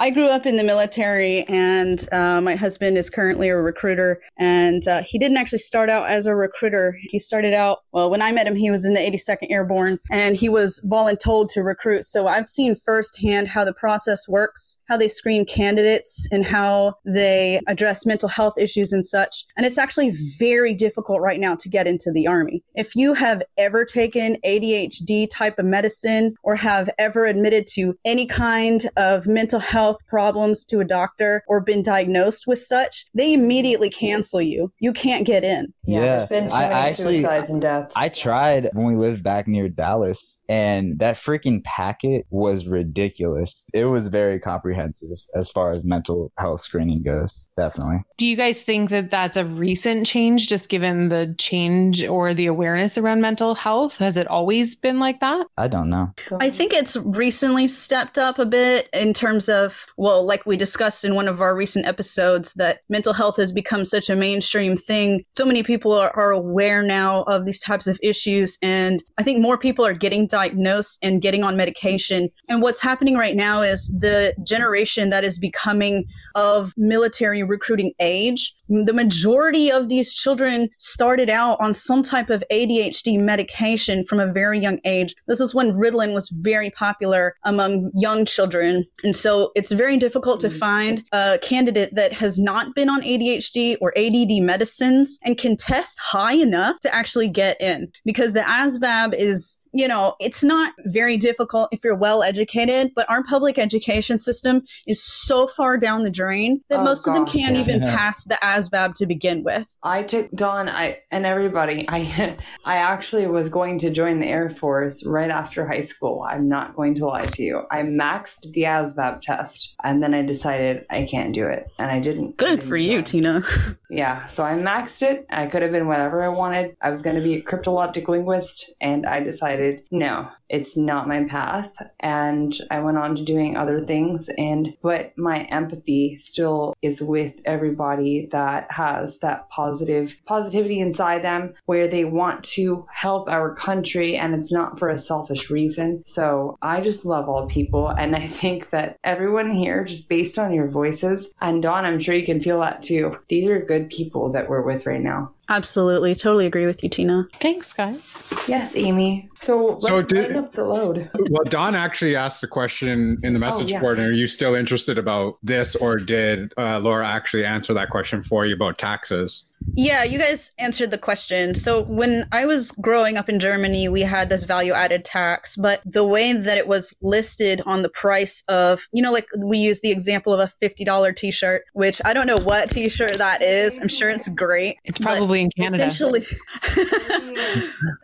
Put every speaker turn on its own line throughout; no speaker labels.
I grew up in the military, and uh, my husband is currently a recruiter. And uh, he didn't actually start out as a recruiter. He started out, well, when I met him, he was in the 82nd Airborne, and he was voluntold to recruit. So I've seen firsthand how the process works, how they screen candidates, and how they address mental health issues and such. And it's actually very difficult right now to get into the Army. If you have ever taken ADHD type of medicine or have ever admitted to any kind of mental health, problems to a doctor or been diagnosed with such, they immediately cancel you. You can't get in.
Yeah, yeah. there's been too I, many I actually, suicides and deaths.
I tried when we lived back near Dallas, and that freaking packet was ridiculous. It was very comprehensive as far as mental health screening goes. Definitely.
Do you guys think that that's a recent change, just given the change or the awareness around mental health? Has it always been like that?
I don't know.
I think it's recently stepped up a bit in terms of well, like we discussed in one of our recent episodes, that mental health has become such a mainstream thing. So many people are, are, aware now of these types of issues. And I think more people are getting diagnosed and getting on medication. And what's happening right now is the generation that is becoming of military recruiting age, the majority of these children started out on some type of ADHD medication from a very young age. This is when Ritalin was very popular among young children. And so it's very difficult to find a candidate that has not been on ADHD or ADD medicines and can test high enough to actually get in because the ASVAB is you know, it's not very difficult if you're well educated, but our public education system is so far down the drain that oh, most gosh. of them can't yeah. even pass the ASVAB to begin with.
I took Don, I and everybody. I I actually was going to join the Air Force right after high school. I'm not going to lie to you. I maxed the ASVAB test and then I decided I can't do it, and I didn't.
Good
I didn't
for join. you, Tina.
yeah, so I maxed it. I could have been whatever I wanted. I was going to be a cryptologic linguist, and I decided no it's not my path and i went on to doing other things and but my empathy still is with everybody that has that positive positivity inside them where they want to help our country and it's not for a selfish reason so i just love all people and i think that everyone here just based on your voices and don i'm sure you can feel that too these are good people that we're with right now
Absolutely. Totally agree with you, Tina.
Thanks, guys.
Yes, Amy. So let's so did, up the load.
well, Don actually asked a question in the message oh, yeah. board, and are you still interested about this, or did uh, Laura actually answer that question for you about taxes?
Yeah, you guys answered the question. So when I was growing up in Germany, we had this value added tax, but the way that it was listed on the price of, you know, like we use the example of a $50 t shirt, which I don't know what t shirt that is. I'm sure it's great.
It's probably in Canada.
Essentially,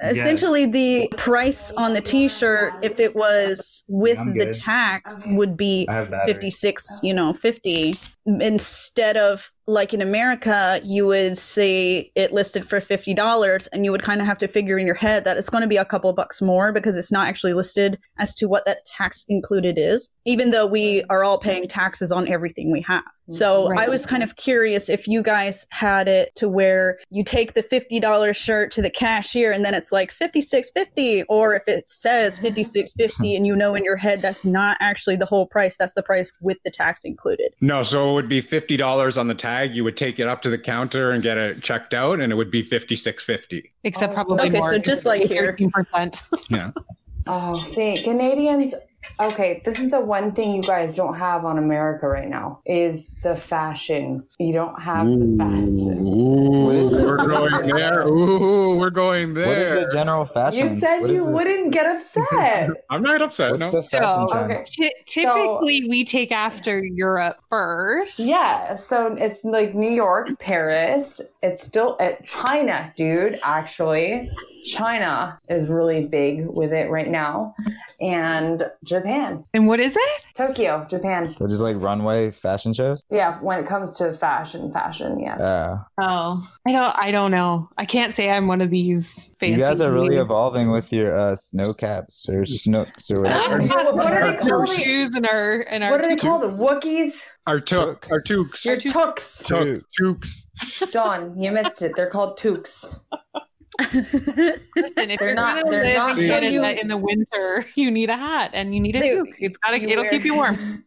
essentially the price on the t shirt, if it was with the tax, would be 56, you know, 50 instead of like in America, you would see it listed for $50 and you would kind of have to figure in your head that it's going to be a couple bucks more because it's not actually listed as to what that tax included is, even though we are all paying taxes on everything we have. So right. I was kind of curious if you guys had it to where you take the $50 shirt to the cashier and then it's like 56.50 or if it says 56.50 and you know in your head that's not actually the whole price that's the price with the tax included.
No, so it would be $50 on the tag, you would take it up to the counter and get it checked out and it would be 56.50.
Except probably
okay,
more.
so just like here.
13%.
yeah.
Oh, see, Canadians Okay, this is the one thing you guys don't have on America right now is the fashion. You don't have
ooh,
the fashion.
Ooh, we're going there. Ooh, we're going there.
What is the general fashion?
You said
what
you wouldn't it? get upset.
I'm not upset. What's
no. So, okay. T- typically, so, we take after Europe first.
Yeah, so it's like New York, Paris. It's still at China, dude. Actually, China is really big with it right now, and. Japan.
And what is it?
Tokyo, Japan.
Which is like runway fashion shows. Uh,
Yeah, when it comes to fashion, fashion, yeah.
Yeah.
Oh, I don't, I don't know. I can't say I'm one of these. Fancy
you guys are really evolving with your uh, snow caps or snooks or whatever.
what, what are they called?
Shoes and our and our.
What are they called? The Wookiees.
Our took, our toques.
Your toques.
Toques. Toques.
Don, you missed it. They're called toques.
Listen, if they're you're not, gonna live not in, Canada in the winter, you need a hat and you need a they, toque. It's gotta, it'll wear. keep you warm.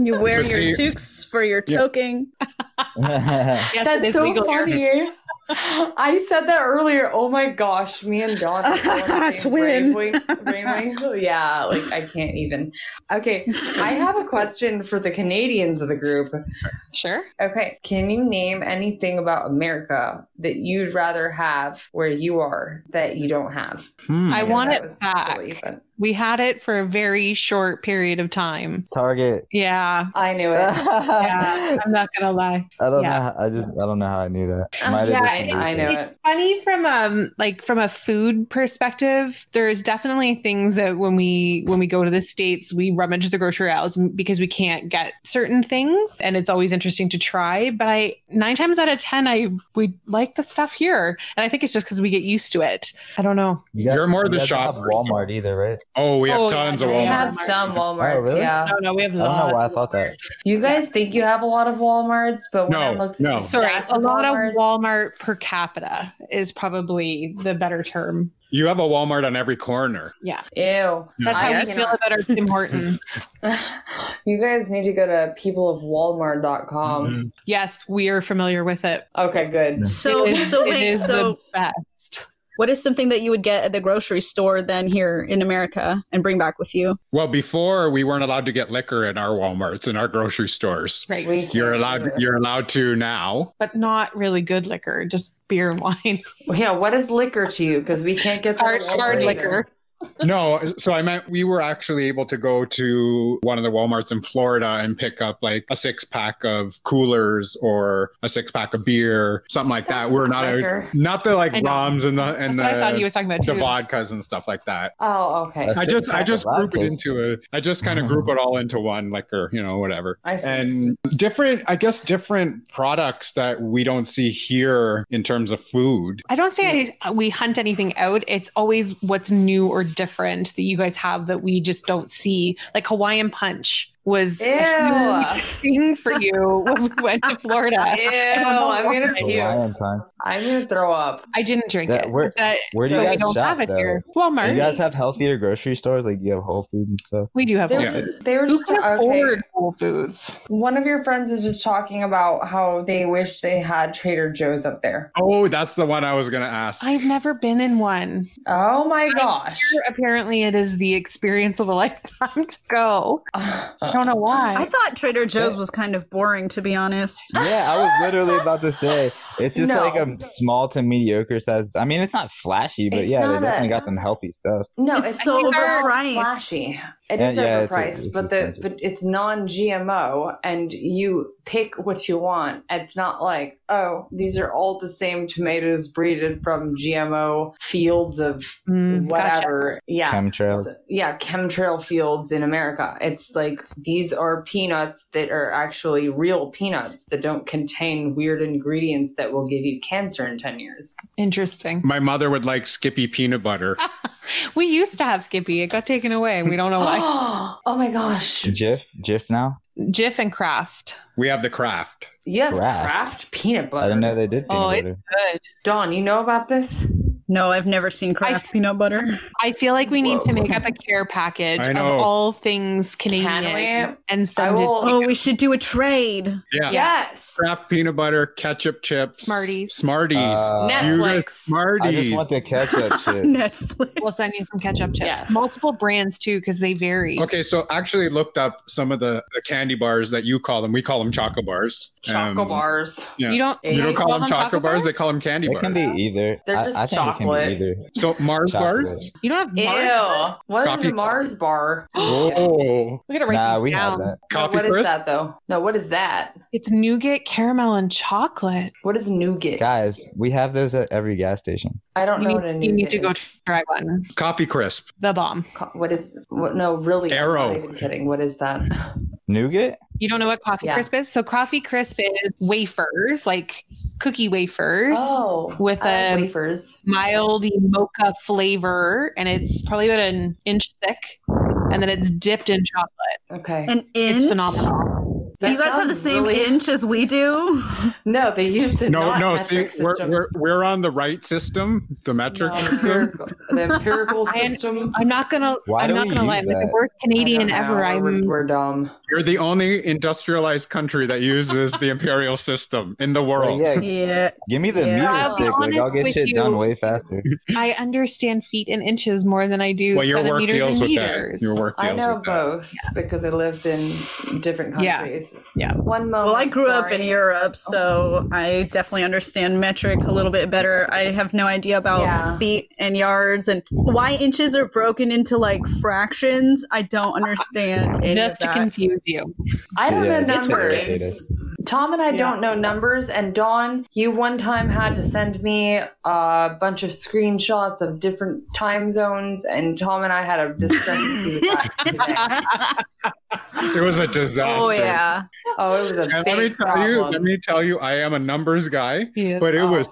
You wear
But
your
see-
toques for your
Yeah.
toking.
Yes, it
That's
is
so
legal here.
funny. I said that earlier. Oh my gosh, me and Dawn are still on the same
Twin.
brainwave- brainwave. yeah, like I can't even. Okay, I have a question for the Canadians of the group.
Sure.
Okay, can you name anything about America that you'd rather have where you are that you don't have?
Hmm.
I want
that
it
was
back.
but
We had it for a very short period of time.
Target.
Yeah.
I knew it.
Yeah. I'm not gonna lie.
I don't
Yeah.
know. How, I just I don't know how I knew that.
Uh,
Might have
yeah,
did
I-
some
I
research.
know it.
it's funny from um like from a food perspective there's definitely things that when we when we go to the states we rummage the grocery aisles because we can't get certain things and it's always interesting to try but i nine times out of ten i we like the stuff here and i think it's just because we get used to it i don't know
You
You're more
you
the
guys don't have
shoppers.
Walmart either, right?
Oh, we have
Oh,
tons
yeah,
of
I
Walmart.
have some Walmarts,
Oh, really?
yeah.
no no we have
I
a
don't know why
lot
I thought that.
You guys think you have a lot of Walmarts, but when I
No,
looked
no.
sorry
stats
a lot
Walmarts-
of walmart per capita is probably the better term
You have a Walmart on every corner.
yeah
Ew.
that's how
I
we
cannot-
feel about our tim hortons
you guys need to go to peopleofwalmart.com.
Mhm.
yes we are familiar with it
Mm-hmm.
Okay, good.
So,
it is,
so
it
wait,
is
so
the best.
what is something that you would get at the grocery store then here in America and bring back with you?
Well, before we weren't allowed to get liquor in our Walmarts and our grocery stores.
Right.
We-
You're allowed. You're allowed to now.
but not really good liquor, just beer and wine.
Oh,
Yeah, what is liquor to you? Because we can't get that
Hard,
at
hard
Walmart
liquor.
either.
No, so I meant we were actually able to go to one of the WalMarts in Florida and pick up like a six pack of coolers or a six pack of beer, something like
That's
that. We're
not
not
liquor.
not the like
I know.
roms and the and
That's what I thought he
the,
was talking about
the
too.
vodkas and stuff like that.
Oh, okay.
That's-
I just I
six-pack
just
of
group it
vodkas.
into a I just kind of group it all into one liquor, you know, whatever.
I see.
And different I guess different products that we don't see here in terms of food.
I don't say I, we hunt anything out. It's always what's new or different that you guys have that we just don't see. Like Hawaiian punch was a
Ew.
huge thing for you when we went to Florida.
Ew,
don't know
I'm gonna
why.
puke.
Hawaiian punch.
I'm gonna throw up.
I didn't drink
That-
it.
where-
That-
Where do you
but we
guys
don't
shop
have it
though?
here.
Do
Walmart.
you guys have healthier grocery stores? Like, do you have Whole Foods and stuff?
we do have Whole
They were,
Yeah.
Foods.
they were
Who
just
can
okay.
afford Whole Foods?
One of your friends was just talking about how they wish they had Trader Joe's up there.
Oh, that's the one I was gonna ask.
I've never been in one.
Oh my gosh.
Apparently, it is the experience of a lifetime to go. I don't know
I
why.
thought Trader Joe's was kind of boring, to be honest.
Yeah, I was literally about to say it's just
No.
like a small to mediocre size. I mean, it's not flashy, but
It's
yeah, they
not
definitely
a-
got some healthy stuff.
No,
It's
I
so
think they're
overpriced.
Flashy. It
Yeah,
is
yeah, it's-
overpriced,
it's
but the
expensive.
but it's non-GMO, and you pick what you want. It's not like oh, these are all the same tomatoes breeded from GMO fields of
Mm, gotcha.
whatever. Yeah,
Chemtrails.
s- yeah, chemtrail fields in America. It's like these are peanuts that are actually real peanuts that don't contain weird ingredients that will give you cancer in ten years.
Interesting.
My mother would like Skippy peanut butter.
We used to have Skippy. It got taken away. and We don't know why.
Oh, my gosh.
Jif, Jif now.
Jif and Kraft.
We have the craft.
You have
Kraft.
Kraft peanut butter.
I didn't know they did.
Oh,
peanut
it's
butter.
good.
Dawn, you know about this?
No, I've never seen Kraft peanut butter.
I feel like we need to
Whoa.
make up a care package
I
of
know.
all things
Can
Canadian
we?
and
I
send it.
will.
Oh, we should do a trade.
Yeah.
Yes.
Kraft peanut butter, ketchup chips,
Smarties.
Smarties,
Uh,
You
Netflix.
guys- Smarties.
I just want the ketchup chips.
Netflix.
We'll send you some ketchup chips.
Yes.
Multiple brands too, because they vary.
Okay, so I actually looked up some of the, the candy bars that you call them. We call them choco bars.
Choco
Um,
bars.
yeah.
You don't.
You
Yeah,
don't
you
call, them choco, bars, they call them candy
It
bars.
can be either.
They're
I-
just
I, think
chocolate.
it can be either.
so Mars
Chocolate.
bars?
You don't have.
Ew.
Mars.
What is
Coffee-
a Mars bar?
Oh,
We gotta write
Nah,
these
we have
down.
that.
No,
coffee
what is
crisp.
that though? No, what is that?
It's nougat, caramel, and chocolate.
What is nougat?
Guys, we have those at every gas station.
I don't
You need,
know what a nougat
you need to go
is.
try one.
Coffee crisp.
The bomb.
Co- what is what, no really I'm
Arrow.
not even kidding what is that
Nougat?
You don't know what coffee
Yeah.
crisp is? So coffee crisp is wafers, like cookie wafers,
oh
With um,
I like
a-
wafers
mild mocha flavor, and it's probably about an inch thick, and then it's dipped in chocolate.
okay
An inch.
It's phenomenal.
Do
That
you guys have the
sounds
same
really-
inch as we do?
No, they use the
no,
not
no, see,
metric
we're,
system.
we're, we're on the right system, the metric
No,
system.
empirical- the empirical
I-
system.
I'm not gonna.
Why
I'm
do
not
we
gonna lie.
use
I'm like the
that?
worst Canadian
I don't know,
ever.
We're,
I'm.
we're dumb.
You're the only industrialized country that uses the imperial system in the world.
Like, yeah,
Yeah.
give me the
Yeah.
meter
I'll be
stick. Like I'll
honest
get
with
shit
you.
done way faster.
I understand feet and inches more than I do
Well, your work
centimeters
deals
and
with
meters.
that. Your work deals
I know
with that.
both because I lived in different
Yeah.
countries.
Yeah.
One moment.
Well, I grew up in
sorry.
Europe, so I definitely understand metric a little bit better. I have no idea about
Yeah.
feet and yards and why inches are broken into like fractions. I don't understand. any
Just
of
to
that.
confuse you.
I don't
Yeah,
know
it's complicated.
numbers. Tom and I
Yeah.
don't know numbers. And Dawn, you one time had to send me a bunch of screenshots of different time zones, and Tom and I had a discrepancy with that today.
It was a disaster.
oh yeah,
Oh, it was a
And
big
let me tell
problem.
you, let me tell you, I am a numbers guy,
Yeah.
but it
Oh.
was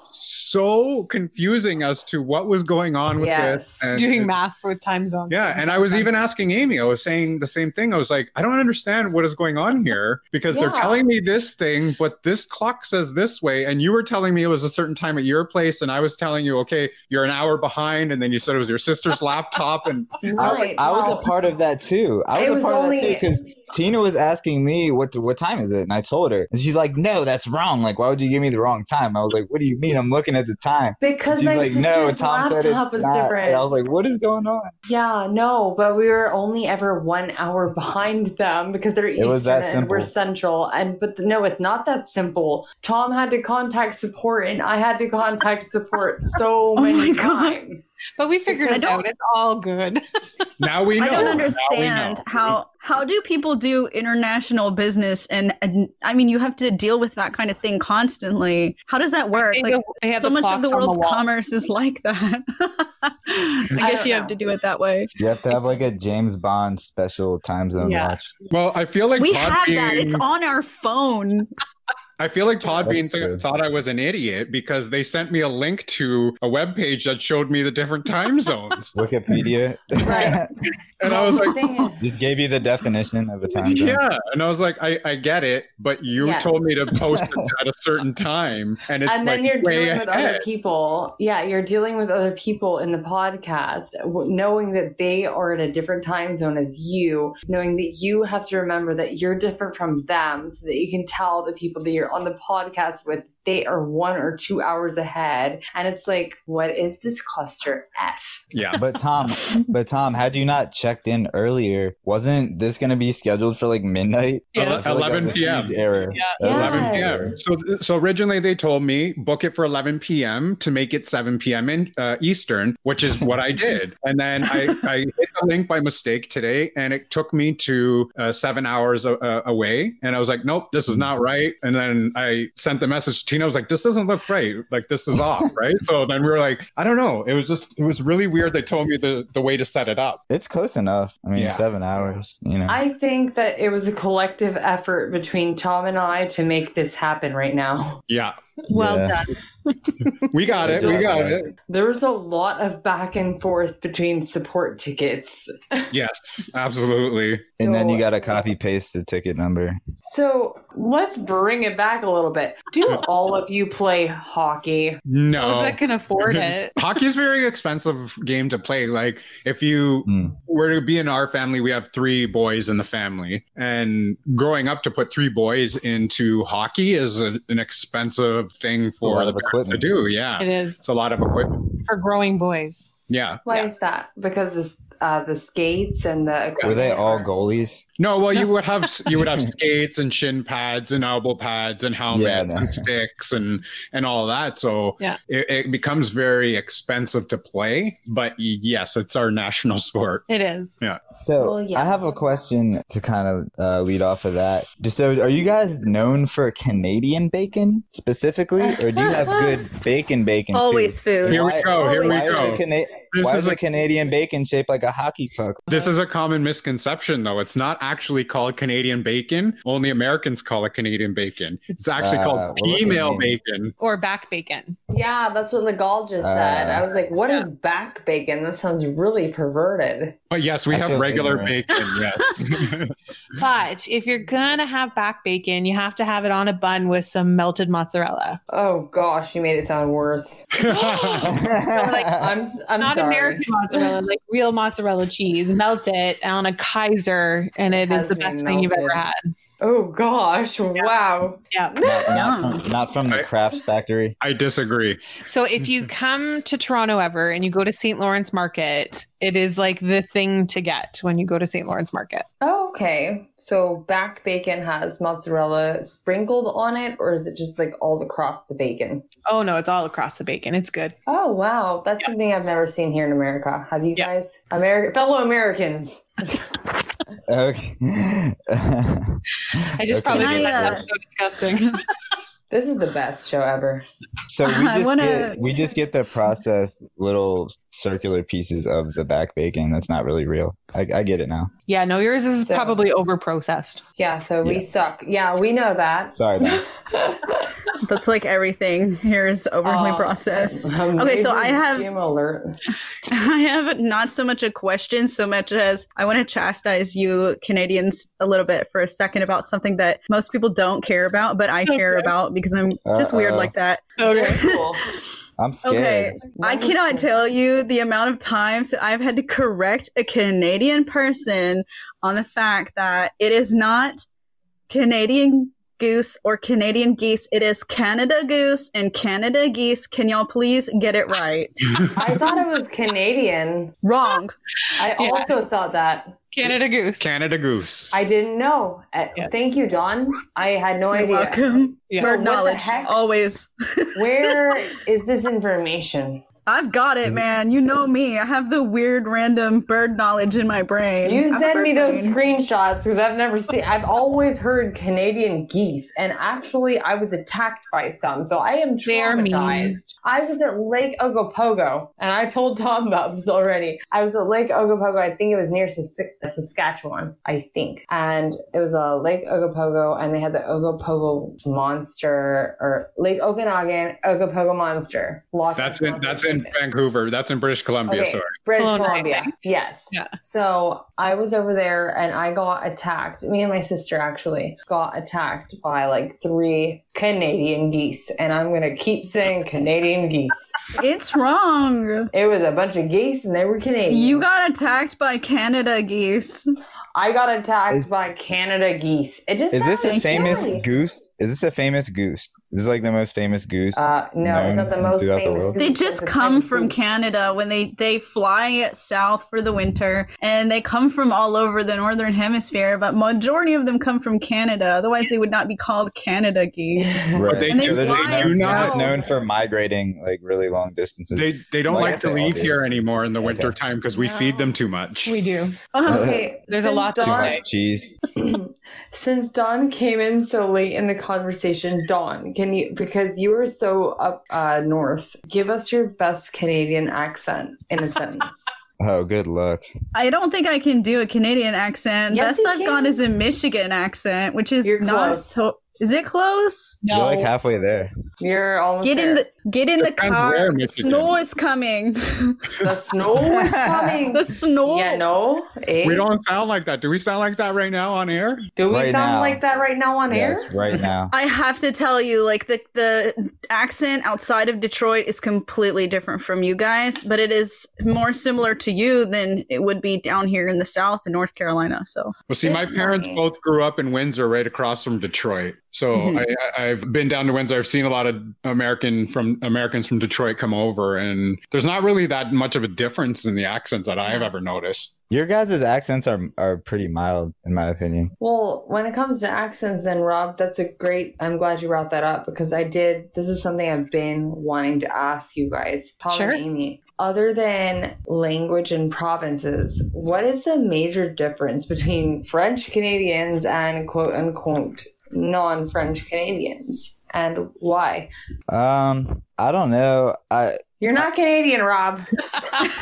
so confusing as to what was going on with
Yes.
this. And
Doing
it-
math with time zones.
uh, Yeah, and I was even asking Amy. I was saying the same thing. I was like, I don't understand what is going on here because they're
Yeah.
telling me this thing, but this clock says this way, and you were telling me it was a certain time at your place, and I was telling you, okay, you're an hour behind, and then you said it was your sister's laptop, and
Right,
I was
well,
a part of that too. I was,
it was
a part
only.
of that too because Tina was asking me what what time is it, and I told her, and she's like, "No, that's wrong. Like, why would you give me the wrong time?" I was like, "What do you mean? I'm looking at the time."
because
She's
my
like,
sister's
"No, Tom said
laptop
it's
was
not."
different.
And I was like, "What is going on?"
Yeah, no, but we were only ever one hour behind them because they're Eastern
It was that
and we're
simple.
Central. And but th- no, it's not that simple. Tom had to contact support, and I had to contact support so
Oh
many
my God.
times.
But we figured
I
it
don't-
out. It's all good.
now we know.
I don't
Now we
understand
know.
how how do people do international business and, and I mean you have to deal with that kind of thing constantly. How does that work?
They
Like
have- they have
so
the
much of
clocks
the
on the
world's
wall.
commerce is like that. I guess
don't
you have
know.
to do it that way.
You have to have like a James Bond special time zone
Yeah.
watch.
Well, I feel like
we
Podbean,
have that. It's on our phone.
I feel like
That's
Podbean
true.
th- thought I was an idiot because they sent me a link to a web page that showed me the different time zones,
Wikipedia
Right.
and I was
The
like,
thing is,
just gave you the definition of a time zone.
Yeah, and I was like, I, I get it, but you
Yes.
told me to post it at a certain time, and it's
and then
like
you're
way
dealing with other
ahead.
people. Yeah, you're dealing with other people in the podcast, w- knowing that they are in a different time zone as you, knowing that you have to remember that you're different from them so that you can tell the people that you're on the podcast with they are one or two hours ahead. And it's like, what is this cluster F?
Yeah,
But Tom, but Tom, had you not checked in earlier, wasn't this going to be scheduled for like midnight?
Yeah,
Ele-
I
that's-
feel like
11
that was a
p.m.
Huge error.
Yeah.
That was a
11
huge
Yes.
error.
p.m. So, so originally they told me book it for 11 p.m. to make it 7 p.m. in uh, Eastern, which is what I did. And then I, I hit the link by mistake today, and it took me to uh, seven hours a- uh, away. And I was like, nope, this is not right. And then I sent the message to Tina. I was like, this doesn't look right. Like this is off, right? So then we were like, I don't know. It was just, it was really weird. They told me the the way to set it up.
It's close enough. I mean,
Yeah.
seven hours. You know,
I think that it was a collective effort between Tom and I to make this happen right now.
Yeah,
Well
Yeah.
done.
we got it. We got it.
There was a lot of back and forth between support tickets.
Yes, absolutely.
And then you
So-
got to copy paste the ticket number.
So let's bring it back a little bit. Do all of you play hockey?
No.
Those that can afford it.
Hockey's a very expensive game to play. Like if you
Mm.
were to be in our family, we have three boys in the family, and growing up to put three boys into hockey is a, an expensive thing
a
for
lot
the
of
parents to
equipment.
do. Yeah,
It is
it's a lot of equipment.
for growing boys.
Yeah.
Why
Yeah.
is that? Because this, uh, the skates and the equipment.
Were they all
are-
goalies?
No, well, you would have you would have skates and shin pads and elbow pads and helmets
no.
and sticks and and all that. So
Yeah.
it, it becomes very expensive to play. But yes, it's our national sport.
It is.
Yeah.
So
Well, Oh, yeah.
I have a question to kind of uh, lead off of that. Just so, are you guys known for Canadian bacon specifically, or do you have good bacon bacon?
Always
too?
food.
Here we go. Here we
Why is
go.
the Cana-
This
Why
is
is a
like-
Canadian bacon shaped like a hockey puck?
This is a common misconception, though. It's not actually called Canadian bacon. Only Americans call it Canadian bacon. It's actually
Ah, well,
called
look at
female
me.
bacon.
or back bacon.
Yeah, that's what Legal just said.
Uh,
I was like, "What is back bacon? That sounds really perverted.
But yes, we
I
have
feel
regular
ignorant.
bacon. Yes.
But if you're gonna have back bacon, you have to have it on a bun with some melted mozzarella.
Oh gosh, you made it sound worse. I'm s- I'm
Not
sorry.
American mozzarella, like real mozzarella cheese. Melt it on a Kaiser, and it is
Has
the
to be
best thing you've
melted.
ever had.
Oh gosh, wow.
Yeah.
not, not from, not from the Kraft factory.
I disagree.
So if you come to Toronto ever and you go to St. Lawrence Market, it is like the thing to get when you go to St. Lawrence Market.
Oh, okay. So back bacon has mozzarella sprinkled on it, or is it just like all across the bacon?
Oh no, it's all across the bacon. It's good.
Oh wow, that's something I've never seen here in America. Have you
Yeah.
guys, Ameri- fellow Americans?
Okay. I
I just probably
Can
did
I,
that.
uh,
That's so disgusting.
This is the best show ever.
So we
I
just
wanna-
get we just get the processed little circular pieces of the back bacon. That's not really real. I, I get it now.
yeah, no, yours is
So-
probably over processed.
Yeah, so we
Yeah.
suck. Yeah, we know that.
Sorry. Don.
That's like everything here is overly
Oh.
processed. Okay, so I have-
Game alert.
I have not so much a question, so much as I want to chastise you Canadians a little bit for a second about something that most people don't care about, but I care
Okay.
about because I'm just weird
Uh-oh.
like that.
Very cool.
I'm
Okay,
scared.
I cannot tell you the amount of times that I've had to correct a Canadian person on the fact that it is not Canadian goose or Canadian geese. It is Canada goose and Canada geese. Can y'all please get it right?
I thought it was Canadian.
Wrong.
I
Yeah.
also thought that.
Canada goose.
Canada goose.
I didn't know. Uh,
Yeah.
Thank you, Don. I had no
You're
idea.
welcome.
Yeah.
Well,
Bird
what the
knowledge. Oh.
heck?
Always.
Where is this information?
I've got it,
Is it-
man. You know me. I have the weird random bird knowledge in my brain.
You
I'm a
send me
bird
those
brain.
screenshots because I've never seen. I've always heard Canadian geese, and actually, I was attacked by some, so I am
They're mean.
traumatized. I was at Lake Ogopogo, and I told Tom about this already. I was at Lake Ogopogo. I think it was near Sas- Saskatchewan, I think, and it was a Lake Ogopogo, and they had the Ogopogo monster or Lake Okanagan Ogopogo monster. Loch
that's
Ness
in that's
monster,
in
I think.
Vancouver. That's in British Columbia.
Okay.
Sorry.
British
Kelowna, I
Columbia.
think.
Yes.
Yeah.
So I was over there and I got attacked. Me and my sister actually got attacked by like three Canadian geese. And I'm going to keep saying Canadian geese.
It's wrong.
It was a bunch of geese and they were Canadian.
You got attacked by Canada geese.
I got attacked
Is-
by Canada geese. It just
Is this a
sounds
famous
silly.
goose? Is this a famous goose? This is like the most famous goose.
Uh, no, it's not the
known
most
throughout the
famous.
world?
goose.
They
It's
just
a
come
famous
from
goose.
Canada when they they fly south for the winter, and they come from all over the northern hemisphere. But majority of them come from Canada. Otherwise, they would not be called Canada geese.
right.
they
And they
do-
they
they're
fly
just-
do
they're just
south.
known for migrating like really long distances.
They they don't
Like
like,
I
to
said,
leave
dude.
here anymore in the
Okay.
winter time because we feed them too much.
We do.
Okay,
There's a
since
lot to
Too
Don-
say.
much cheese.
Since Don came in so late in the conversation, Don, can you because you are so up uh, north, give us your best Canadian accent in a sentence.
Oh, good luck.
I don't think I can do a Canadian accent.
Yes,
Best
you
I've
can.
got is a Michigan accent, which is
You're
not.
close.
To- is it close?
No.
You're like halfway there.
You're almost
Get in
there.
the get in the
Depends
car.
where,
The
Michigan.
snow is coming.
the snow is coming.
the snow.
yeah, no, eh?
We don't sound like that. Do we sound like that right now on air?
Do we
Right
sound
now.
like that right now on
Yes,
air?
right now.
I have to tell you, like the the accent outside of Detroit is completely different from you guys, but it is more similar to you than it would be down here in the South in North Carolina. So
Well, see, my
It's
parents
funny.
both grew up in Windsor, right across from Detroit. So
Mhm.
I I, I've been down to Windsor. I've seen a lot of American from Americans from Detroit come over, and there's not really that much of a difference in the accents that I've ever noticed.
Your guys' accents are are pretty mild, in my opinion.
Well, when it comes to accents, then Rob, that's a great. I'm glad you brought that up because I did. This is something I've been wanting to ask you guys, Tom
Sure.
and Amy. Other than language and provinces, what is the major difference between French Canadians and quote unquote non French Canadians, and why?
Um, I don't know. I
You're not Canadian, Rob.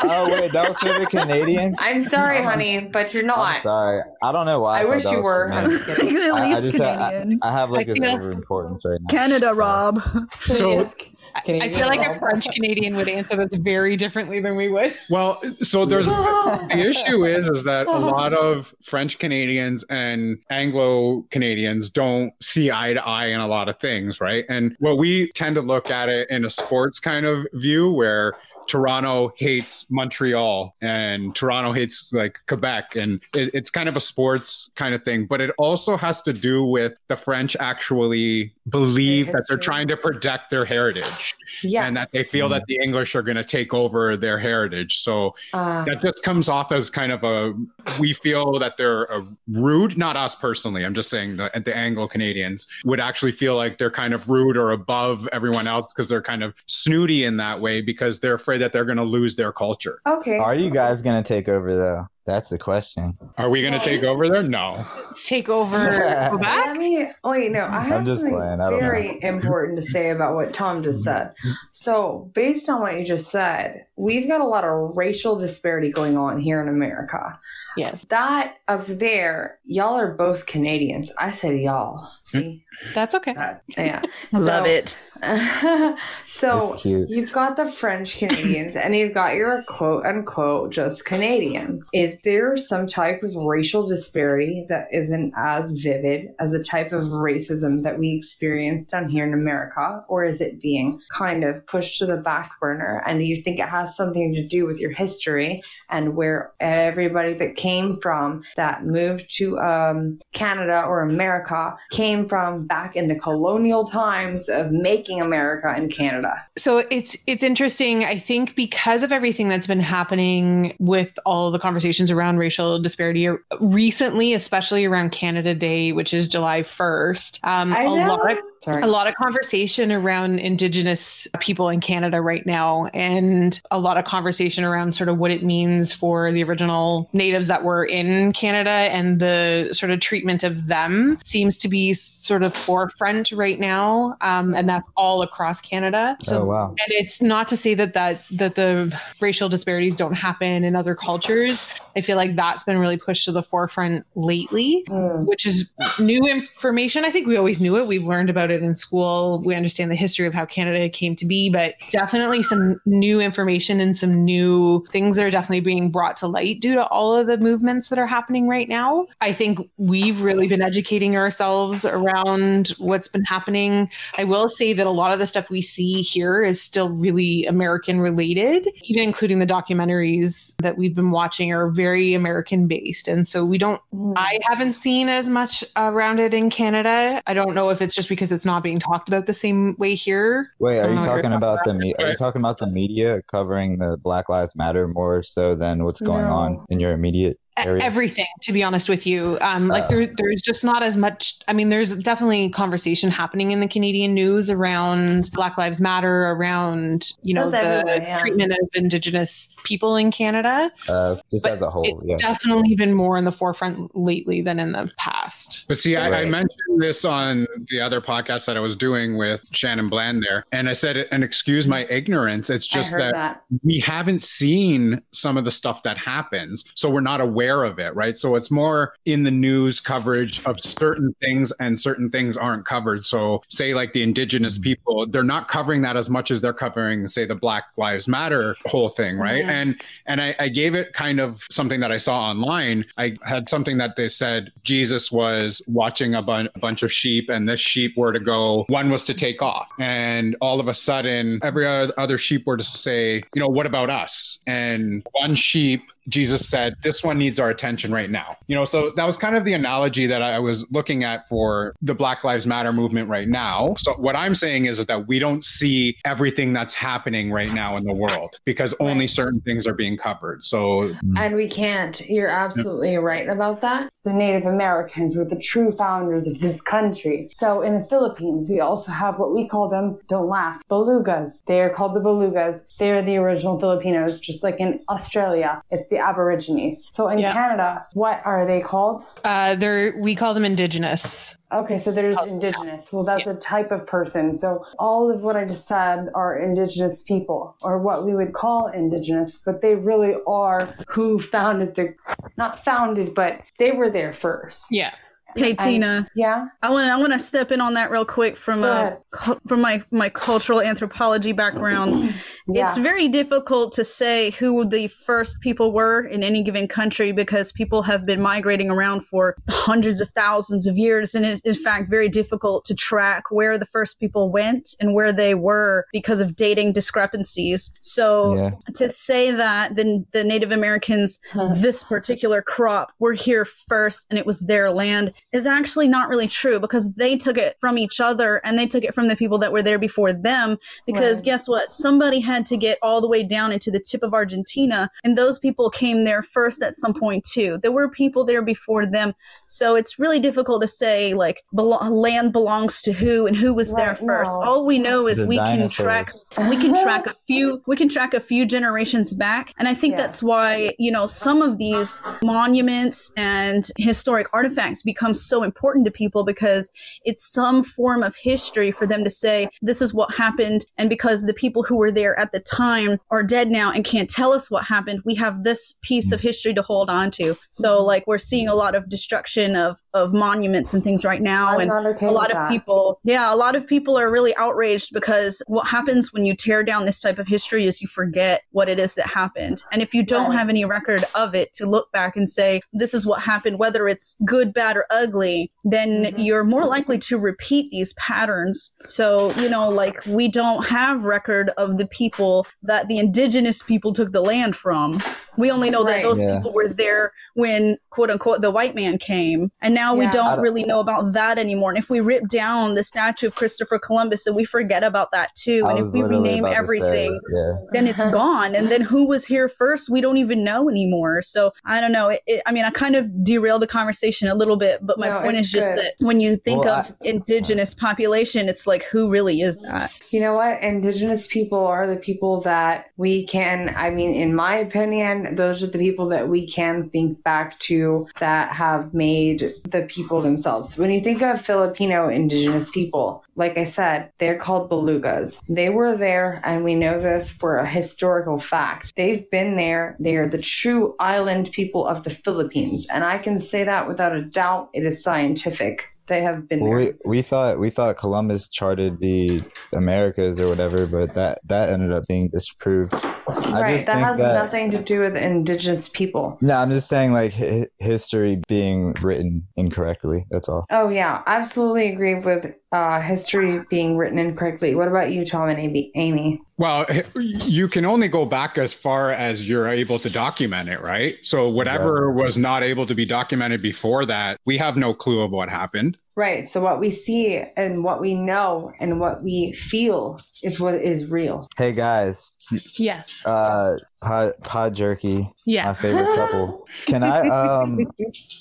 oh wait, that was for the Canadians.
I'm sorry, honey, but you're
I'm
not.
sorry. I don't know why.
I
thought
wish
that
you
was for
were.
me.
I'm just kidding.
At
I- I
least
just- I-
Canadian.
I have like
I
this
feel-
overimportance right now.
Canada, Rob.
So-
I feel like a French Canadian would answer this very differently than we would.
Well, so there's
French.
the issue is is that a lot of French Canadians and Anglo Canadians don't see eye to eye in a lot of things, right? And well, we tend to look at it in a sports kind of view where Toronto hates Montreal and Toronto hates like Quebec, and it, it's kind of a sports kind of thing. But it also has to do with the French actually believe
Their
that they're
history.
trying to protect their heritage
Yeah.
and that they feel that the English are going to take over their heritage. So
Uh,
that just comes off as kind of a we feel that they're uh rude not us personally i'm just saying the, the anglo canadians would actually feel like they're kind of rude or above everyone else because they're kind of snooty in that way because they're afraid that they're going to lose their culture
okay.
Are you guys gonna take over though? That's the question.
are we going to take over there no
Take over
Let
Quebec.
me, wait, no, I have
just
something
playing. I don't Mm-hmm.
very important to say about what Tom just said. So, based on what you just said, we've got a lot of racial disparity going on here in America.
Yes,
That up there, y'all are both Canadians. I said y'all. See?
that's
Hmm.
okay.
That- yeah.
I Love
So-
it.
so,
It's cute. Oh,
You've got the French Canadians and you've got your quote unquote just Canadians. Is there some type of racial disparity that isn't as vivid as the type of racism that we experience down here in America? Or is it being kind of pushed to the back burner? And do you think it has something to do with your history and where everybody that came from that moved to um, Canada or America came from back in the colonial times of making America and Canada?
so it's it's interesting i think because of everything that's been happening with all the conversations around racial disparity uh, recently especially around canada day which is july 1st um,
I
a
know.
lot of
Sorry.
a lot of conversation around indigenous people in canada right now and a lot of conversation around sort of what it means for the original natives that were in canada and the sort of treatment of them seems to be sort of forefront right now um, and that's all across canada so
oh wow.
and it's not to say that that that the racial disparities don't happen in other cultures i feel like that's been really pushed to the forefront lately
Mm.
which is new information i think we always knew it we've learned about it in school we understand the history of how canada came to be but definitely some new information and some new things that are definitely being brought to light due to all of the movements that are happening right now i think we've really been educating ourselves around what's been happening I will say that a lot of the stuff we see here is still really American related, even including the documentaries that we've been watching are very American based. And so we don't,
Mm.
I haven't seen as much around it in Canada. I don't know if it's just because it's not being talked about the same way here.
Wait, are
I don't
you
know what you're
talking
talking
about the me- are you talking about the media covering the Black Lives Matter more so than what's going
No.
on in your immediate
E-
area?
Everything, to be honest with you, um, like
Uh.
there, there's just not as much. I mean, there's definitely conversation happening in the Canadian news around Black Lives Matter, around you know
That's
the
everywhere, yeah.
treatment of Indigenous people in Canada.
uh, just
But
as a whole,
it's
yeah.
definitely been more in the forefront lately than in the past.
But see, I, I
Right.
mentioned this on the other podcast that I was doing with Shannon Bland there, and I said, and excuse my ignorance, it's
I
just
heard
that
Mm.
we haven't seen some of the stuff that happens so we're not aware of it right so it's more in the news coverage of certain things and certain things aren't covered so say like the indigenous people they're not covering that as much as they're covering say the black lives matter whole thing right
Mhm.
and and I, I gave it kind of something that i saw online i had something that they said jesus was watching a, bun- a bunch of sheep and this sheep were to go one was to take off and all of a sudden every o- other sheep were to say you know what about us and one sheep jesus said this one needs our attention right now you know so that was kind of the analogy that i was looking at for the black lives matter movement right now so what i'm saying is, is that we don't see everything that's happening right now in the world because only
Right.
certain things are being covered so
And we can't. You're absolutely right about that. The Native Americans were the true founders of this country. So in the Philippines, we also have what we call them, don't laugh, belugas. They are called the belugas. They are the original Filipinos, just like in Australia. It's the Aborigines. So in
Yeah.
Canada, what are they called?
Uh, they're we call them indigenous.
Okay, so there's indigenous. Well, that's a type of person. So all of what I just said are indigenous people, or what we would call indigenous, but they really are who founded the, not founded, but they were there first.
Yeah.
Hey Tina,
Yeah.
I want I want to step in on that real quick from
Go
a,
ahead.
cu- from my my cultural anthropology background.
Yeah.
It's very difficult to say who the first people were in any given country because people have been migrating around for hundreds of thousands of years. And it's, in fact, very difficult to track where the first people went and where they were because of dating discrepancies. So
Yeah.
to say that the, the Native Americans, this particular crop, were here first and it was their land is actually not really true because they took it from each other and they took it from the people that were there before them because
Right.
guess what? Somebody had to get all the way down into the tip of Argentina, and those people came there first at some point too. There were people there before them, so it's really difficult to say like belo- land belongs to who and who was there
Right,
first.
no.
All we know is
The
we
dinosaurs.
can track we can
Mm-hmm.
track a few we can track a few generations back and i think
Yeah.
that's why you know some of these monuments and historic artifacts become so important to people because it's some form of history for them to say this is what happened and because the people who were there at the time are dead now and can't tell us what happened we have this piece of history to hold on to so like we're seeing a lot of destruction of of monuments and things right now
I'm
and
not okay
a
with
lot
that.
of people yeah a lot of people are really outraged because what happens when you tear down this type of history is you forget what it is that happened and if you don't
Right.
have any record of it to look back and say this is what happened whether it's good bad or ugly then
Mhm.
you're more likely to repeat these patterns so you know like we don't have record of the people that the indigenous people took the land from we only know
Right.
that those
Yeah.
people were there when quote unquote the white man came and now we
Yeah.
don't
I don't-
really know about that anymore and if we rip down the statue of christopher columbus and we forget about that too
I
and
was
if we
literally
rename
about to say,
everything
yeah.
then it's gone and then who was here first we don't even know anymore so i don't know it, it, i mean i kind of derailed the conversation a little bit but my
No,
point
it's
is just
good.
that when you think
Well,
of indigenous population it's like who really is that
You know what? Indigenous people are the people that we can, I mean, in my opinion, those are the people that we can think back to that have made the people themselves. When you think of Filipino indigenous people, like I said, they're called belugas. They were there, and we know this for a historical fact. They've been there. They are the true island people of the Philippines. And I can say that without a doubt. It is scientific. They have been there.
We we thought we thought Columbus charted the Americas or whatever, but that that ended up being disproved. I
right.
just
That
think
has
that
nothing to do with indigenous people.
no, I'm just saying like hi- history being written incorrectly. That's all.
Oh yeah, absolutely agree with uh, history being written incorrectly. What about you, Tom and Amy? Amy?
Well, you can only go back as far as you're able to document it, right? So whatever was not able to be documented before that, we have no clue of what happened.
Right. So what we see and what we know and what we feel is what is real.
Hey guys,
Yes.
uh, pod, pod jerky, my
yeah.
favorite couple. Can I um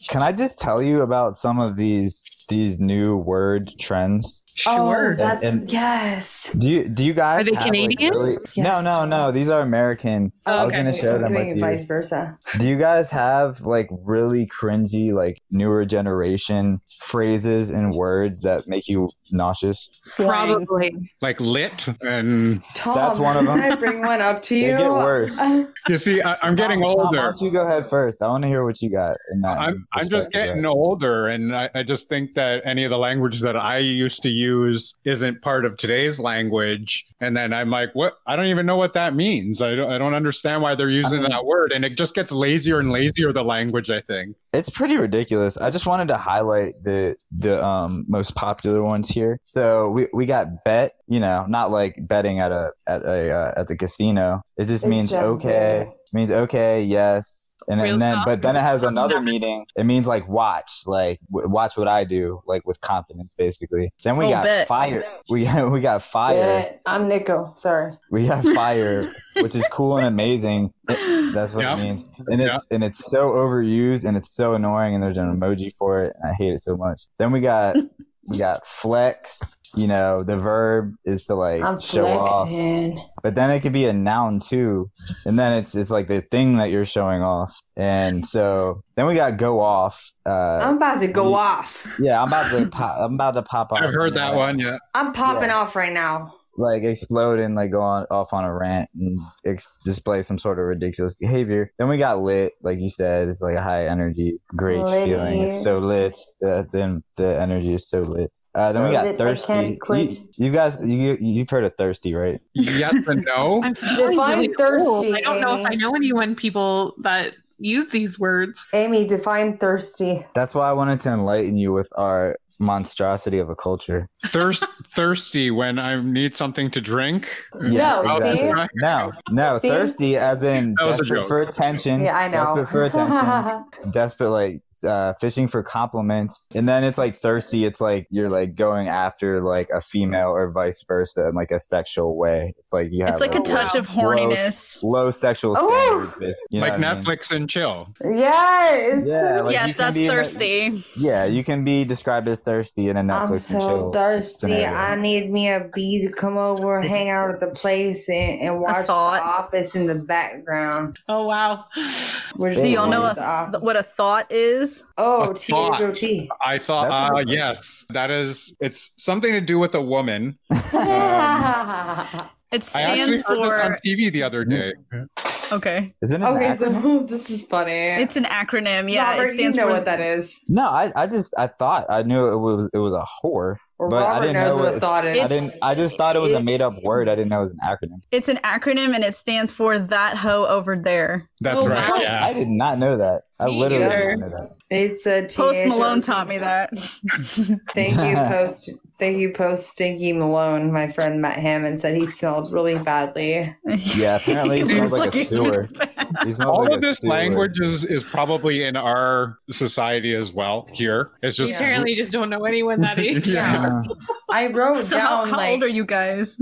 can I just tell you about some of these these new word trends?
Oh,
Sure.
that's
and-
yes.
Do you do you guys
Are they
have, like,
Canadian?
really-
Yes.
No, no, no. These are American. I was
Okay.
gonna share them
doing
with you.
Vice versa.
Do you guys have like really cringy, like newer generation phrases and words that make you nauseous?
Oh,
slang
Probably.
Like lit and
Tom,
That's one of them.
I bring one up to
They
you.
get worse.
you see, I, I'm getting
Tom, Tom, why
older.
don't you go ahead first? I want to hear what you got. In um, that
I'm I'm just
perspective.
getting older, and I, I just think that any of the language that I used to use isn't part of today's language. And then I'm like, what? I don't even know what that means. I don't I don't understand why they're using
Um,
that word, and it just gets lazier and lazier. The language, I think.
It's pretty ridiculous. I just wanted to highlight the the um, most popular ones here. So we, we got bet, you know, not like betting at a at a uh, at the casino. It just
It's
means
just
okay.
there.
Means okay, yes, and,
Real
and then
talk.
but then it has another meaning. It means like watch, like w- watch what I do, like with confidence, basically. Then we
Oh,
got
bet.
fire. We we got fire.
Yeah, I'm Nico. Sorry.
We got fire, which is cool and amazing. That's what
Yeah.
it means, and it's and it's so overused and it's so annoying, and there's an emoji for it. I hate it so much. Then we got You got flex. You know, the verb is to like
I'm
show off,
flexing.
but then it could be a noun too, and then it's it's like the thing that you're showing off. And so then we got go off. Uh,
I'm about to go
Yeah.
off.
yeah, I'm about to pop. I'm about to pop off.
I've heard that one. Yeah.
I'm popping
Yeah.
off right now.
like explode and like go on off on a rant and ex- display some sort of ridiculous behavior. Then we got lit, like you said, it's like a high energy, great
Lit.
feeling. It's so lit. The, then the energy is so lit. Uh, then
So
we got
lit, I
thirsty.
can't quit.
You, you guys, you you've heard of thirsty, right?
Yes and no.
I'm feeling
Define
really old.
thirsty,
I don't know if
Amy.
I know anyone people that use these words.
Amy, define thirsty.
That's why I wanted to enlighten you with our monstrosity of a culture.
Thirst, thirsty when I need something to drink.
Yeah,
no,
exactly.
see?
Right.
No, no,
See?
thirsty as in
That was a
desperate
joke.
for attention.
Yeah, I know.
Desperate for attention. desperate like uh, fishing for compliments and then it's like thirsty it's like you're like going after like a female or vice versa in like a sexual way it's like you have
It's like a
Oh, wow.
touch of horniness.
low, low sexual
Oh!
standards bas- you know
like
what I mean?
Netflix and chill.
yes.
yeah like you
yes,
can
that's
be in a-
thirsty.
yeah you can be described as thirsty in a
I'm
netflix and
so
chill
thirsty.
scenario.
I need me a bee to come over, hang out at the place, and, and watch the
thought.
office in the background.
Oh wow.
We're
Do
just
y'all know
watching
a-
The Office.
What a thought is.
oh
a thought.
T-H-O-T.
I thought,
That's a
ah,
good one.
yes, that is. It's something to do with a woman.
It
I actually
stands
heard this on
for.
TV the other day.
Okay.
isn't it an
okay,
acronym?
so this is funny.
It's an acronym. Yeah,
Robert,
it stands
you know
for.
what that is.
no I, I just i thought i knew it was it was a whore
Or
But I
Robert
didn't know
knows what
it-
a thought is.
i didn't i just thought it was a made-up word i didn't know it was an acronym
It's an acronym and it stands for that hoe over there.
That's
Oh,
right.
wow.
Yeah.
i did not know that i
Me
literally
either.
did not know that
It's a
Post
THOT.
Malone taught me that.
Thank you, post. Thank you, post. Stinky Malone. My friend met him and said he smelled really badly.
Yeah, apparently it smells like a
he
sewer.
smells bad.
It smells
all
like
of
a
this
sewer.
language is, is probably in our society as well here it's
You
just
apparently just don't know anyone that age.
Yeah.
Uh,
I wrote
So how,
down
how
like
old are you guys?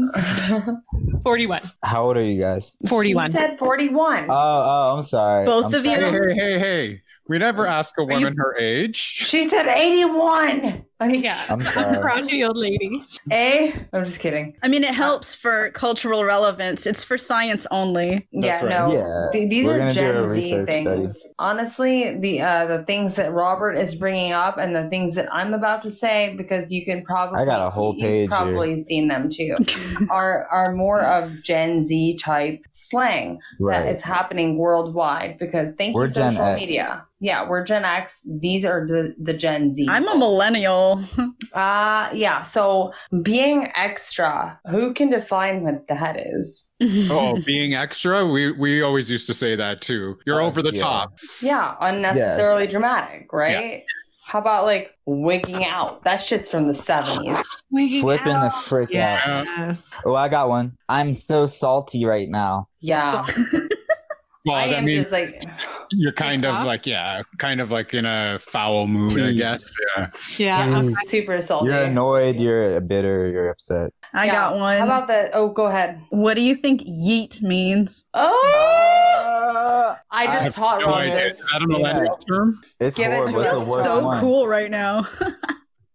41.
how old are you guys?
He
41.
said forty-one.
Oh, oh, I'm sorry.
Both
I'm
of
sorry.
hey
you?
hey hey hey we never ask a woman her age
she said eighty-one.
Yeah.
I'm
I'm a
sorry.
crotchety old lady.
A. I'm just kidding.
I mean, it helps for cultural relevance. It's for science only.
That's
yeah,
right.
no.
Yeah,
Th- these
we're gonna
are
do a
Gen Z
research
things. Honestly, the uh, the things that Robert is bringing up and the things that I'm about to say, because you can probably
I got a whole
you've
page here.
probably seen them too, are are more of Gen Z type slang. that
Right.
is happening worldwide because thank
We're
you
Gen
social
X.
media. Yeah, we're Gen X. These are the the Gen Z.
I'm a millennial.
uh yeah. So being extra, who can define what that is?
oh being extra we we always used to say that too you're
Oh,
over the
yeah.
top
Yeah, unnecessarily dramatic, right? How about like wigging out? That shit's from the seventies.
Flipping the frick out.
out.
Yes.
Oh, I got one. I'm so salty right now.
Yeah, I
Oh,
well that
am
means
just like
you're kind of
Stop.
like yeah kind of like in a foul mood i
Peeved.
guess yeah
Yeah.
Mm.
Jeez.
super salty.
You're annoyed. You're bitter. You're upset.
I
Yeah.
got one.
How about the? Oh, go ahead.
what do you think yeet means?
Oh,
Uh,
I
I
just
have
taught
no
Ron
idea
this.
is that a millennial term
it's
Give it to
horrible. It's the
us.
worst
so
one.
cool right now.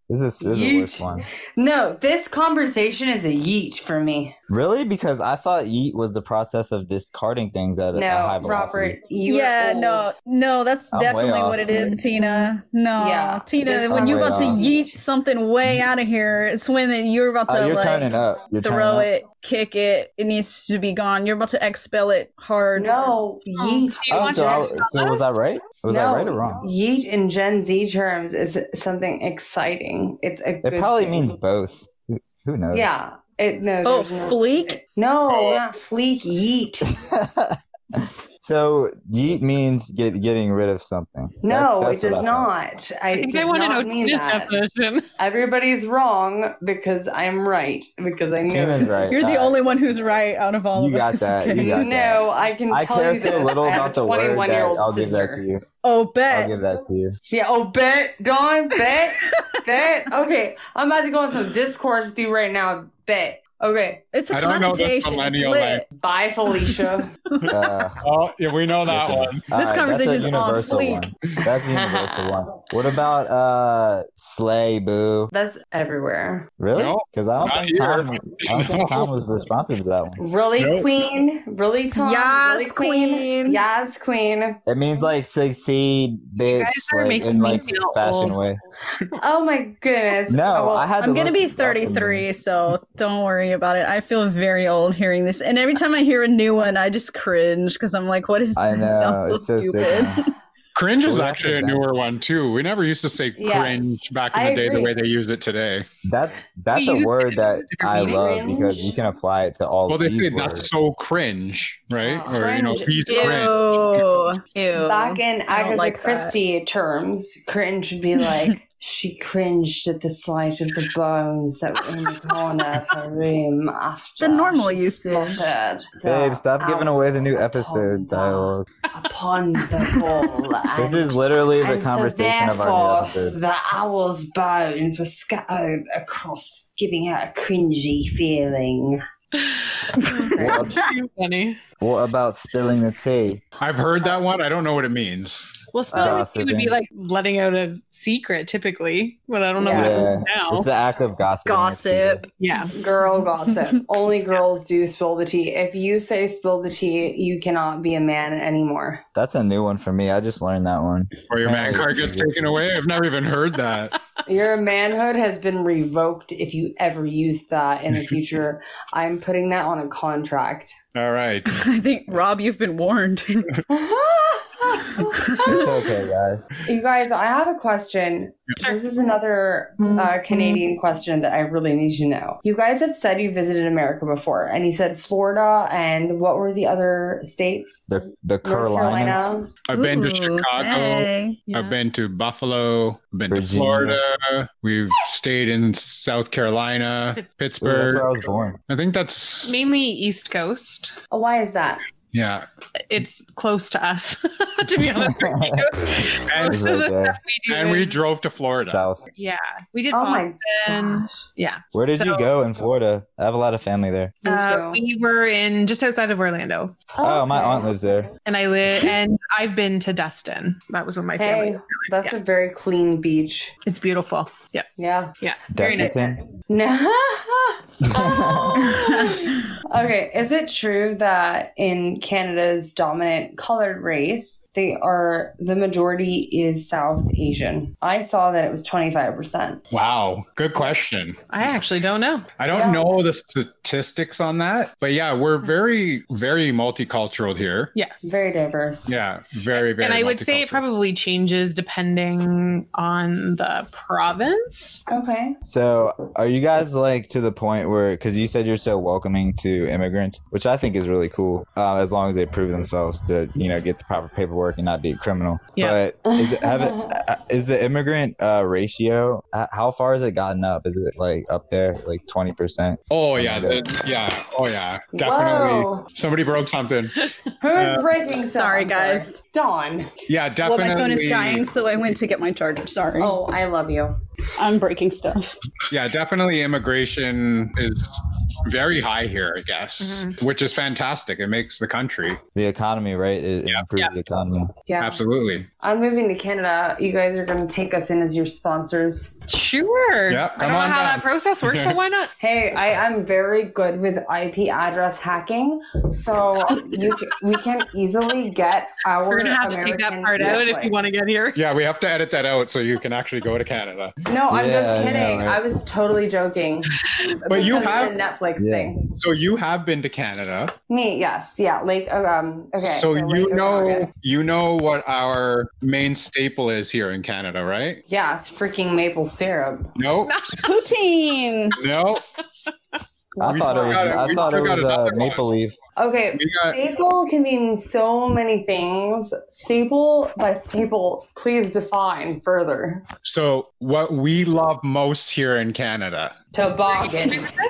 This is, this is the
Yeet.
worst one.
No, this conversation is a yeet for me.
Really? Because I thought yeet was the process of discarding things at a- a high
No,
velocity.
Robert, you
yeah,
are old.
no, no, that's
I'm way
definitely
off.
what it is, Tina. No,
Yeah,
Tina,
this-
when
I'm
you're
way
about to
off.
yeet something way out of here, it's when you're about to
Oh, you're
like,
turning up. You're turning
throw
up.
it, kick it. It needs to be gone. You're about to expel it hard.
No, yeet.
Do you
Oh,
want
so,
to-
I, so was I right? Was
No,
I right or wrong?
Yeet in Gen Z terms is something exciting. It's a.
It
good
probably
thing.
means both. Who- Who knows?
Yeah. It no.
Oh,
there's no-
fleek?
No, not fleek. Yeet.
so yeet means get, getting rid of something.
No,
That's- that's what
it does
I thought.
not. I,
I
it
think
does
I want to
not
know
mean
Tina's
that.
definition.
Everybody's wrong because I'm right because I know.
Tina's right.
You're the
Alright.
only one who's right out of all
You
of
got
us.
that, you got-
No, I can.
I
tell
care
you
so
this.
little
I have
about
a
the word that
21-year-old
I'll give that
sister.
to you.
oh,
I'll
bet.
give that to you.
Yeah, oh, bet, Don, bet, bet. Okay, I'm about to go on some discourse with you right now, bet. Okay.
It's a
I don't know this
connotation. It's
millennial
lit.
language.
Bye, Felicia.
Uh,
Oh, yeah, we know that
Listen,
one.
all right,
conversation's
that's a
on
universal
fleek.
one. That's a universal one. What about uh Slay Boo?
That's everywhere.
Really?
No,
Because I don't
not
think Tom.
here.
I don't think Tom was responsive to that one.
Really,
Nope.
Queen? Really, Tom?
Yas,
really,
Queen.
Yas, Queen.
It means like succeed, bitch,
guys are
like
making
in
me
like
feel
fashion
old.
way.
Oh my goodness.
No,
Oh, well,
I had. To
I'm gonna
look
be
it up and-
33, so don't worry about it. I feel very old hearing this, and every time I hear a new one, I just cringe because I'm like, "What is
I
this?
know,
Sounds so
it's so
stupid."
sick.
Cringe is
Well,
actually a
that's a
newer one too. We never used to say
Yes,
cringe back in
I
the day the
agree.
way they use it today.
That's that's
We use
a
it
word that
in
I
our
love
meetings.
because you can apply it to all.
Well, they
Oh, these
say
words.
that's so cringe, right?
Oh,
or you know,
cringe.
he's
Ew,
cringe.
ew.
back in Agatha
like that.
Christie terms, cringe would be like, she cringed at the sight of the bones that were in the corner of her room
The
after
normal
she
usage.
spotted the
Babe, stop giving away the new
outline
episode
upon
dialogue.
the- Upon the wall.
This
and-
is literally the
and so
conversation of
therefore,
our new episode.
The owl's bones were scattered across, giving her a cringy feeling.
What,
Funny.
what about spilling the tea?
I've heard that one. I don't know what it means.
Well, spelling it would be
Gossiping.
like letting out a secret typically, but I don't know what
Yeah,
it is now.
it's the act of gossip.
Gossip.
yeah.
Girl gossip. Only girls do spill the tea. If you say spill the tea, you cannot be a man anymore.
That's a new one for me. I just learned that one.
Or your
Yeah,
man
it's
card gets
just-
taken away. I've never even heard that.
Your manhood has been revoked if you ever use that in the future. I'm putting that on a contract.
All right.
I think Rob, you've been warned.
It's
you
okay, guys.
guys, I have a question. This is another uh, Canadian question that I really need to know. You guys have said you visited America before, and you said Florida, and what were the other states?
The the
North
Carolinas.
Carolina.
I've been to
Ooh,
Chicago.
hey.
I've been to Buffalo, I've been to
Virginia.
Florida. We've stayed in South Carolina,
Ooh, that's where I
Pittsburgh.
was born.
I think that's
Mainly East Coast.
Oh, Why is that?
yeah.
It's close to us, to be honest.
And,
It's
Most of the
right there.
stuff we do
and we
is-
drove to Florida.
South.
yeah, we did
Oh my
Boston.
gosh.
Yeah,
Where did you
So-
go in Florida? I have a lot of family there.
Me
uh,
too.
we were in just outside of Orlando,
Oh, my
Okay.
aunt lives there.
and I live and I've been to Destin. That was where my family.
Hey, that's a very clean beach.
It's beautiful. Yeah,
Yeah.
yeah, very nice.
Desitin.
No.
Oh.
okay, is it true that in Canada's dominant colored race, they are the majority is South Asian? I saw that it was 25%.
Wow. Good question.
I actually don't know.
I don't
Yeah.
know the statistics on that, but yeah, we're very, very multicultural here.
Yes,
Very diverse.
Yeah, very, very.
and I would say
multicultural.
it probably changes depending on the province.
Okay.
So, are you guys like to the point where, because you said you're so welcoming to immigrants, which I think is really cool, uh, as long as they prove themselves to, you know, get the proper paperwork and not be a criminal.
Yeah.
But is, it, have it, uh, is the immigrant uh, ratio, uh, how far has it gotten up? Is it like up there, like 20%?
Oh yeah, the- yeah. Oh yeah, definitely.
Whoa.
Somebody broke something.
Who's
Uh,
breaking stuff?
sorry,
I'm
guys.
Dawn.
Yeah,
well,
definitely.
my phone is dying, so I went to get my charger. Sorry,
Oh, I love you.
I'm breaking stuff.
Yeah, definitely. Immigration is very high here, I guess, which is fantastic. It makes the country
The economy, right? It, it
Yeah.
improves the economy.
Yeah.
absolutely.
I'm moving to Canada. You guys are going to take us in as your sponsors.
Sure.
Yeah,
I
come
don't know
on
how
down.
that process works, but why not?
Hey, I am very good with IP address hacking, so you c- we can easily get our.
We're gonna have to take that
American
part out if
Netflix.
you want to get here.
Yeah, we have to edit that out so you can actually go to Canada.
No, I'm
Yeah,
just kidding.
yeah, right.
I was totally joking.
But you
Because
have-
of the Netflix
Yeah.
thing.
So you have been to Canada.
Me, yes, yeah. Like, um, okay.
so
Lake
you
Ogoga.
know you know what our main staple is here in Canada, right?
Yeah, it's freaking maple syrup.
No,
Poutine.
no.
I
We
thought it
still
was,
got it.
I
We
thought it
still got
was uh,
another one.
maple leaf.
Okay,
We got-
staple can mean so many things. Staple by staple, please define further.
So what we love most here in Canada,
Toboggans.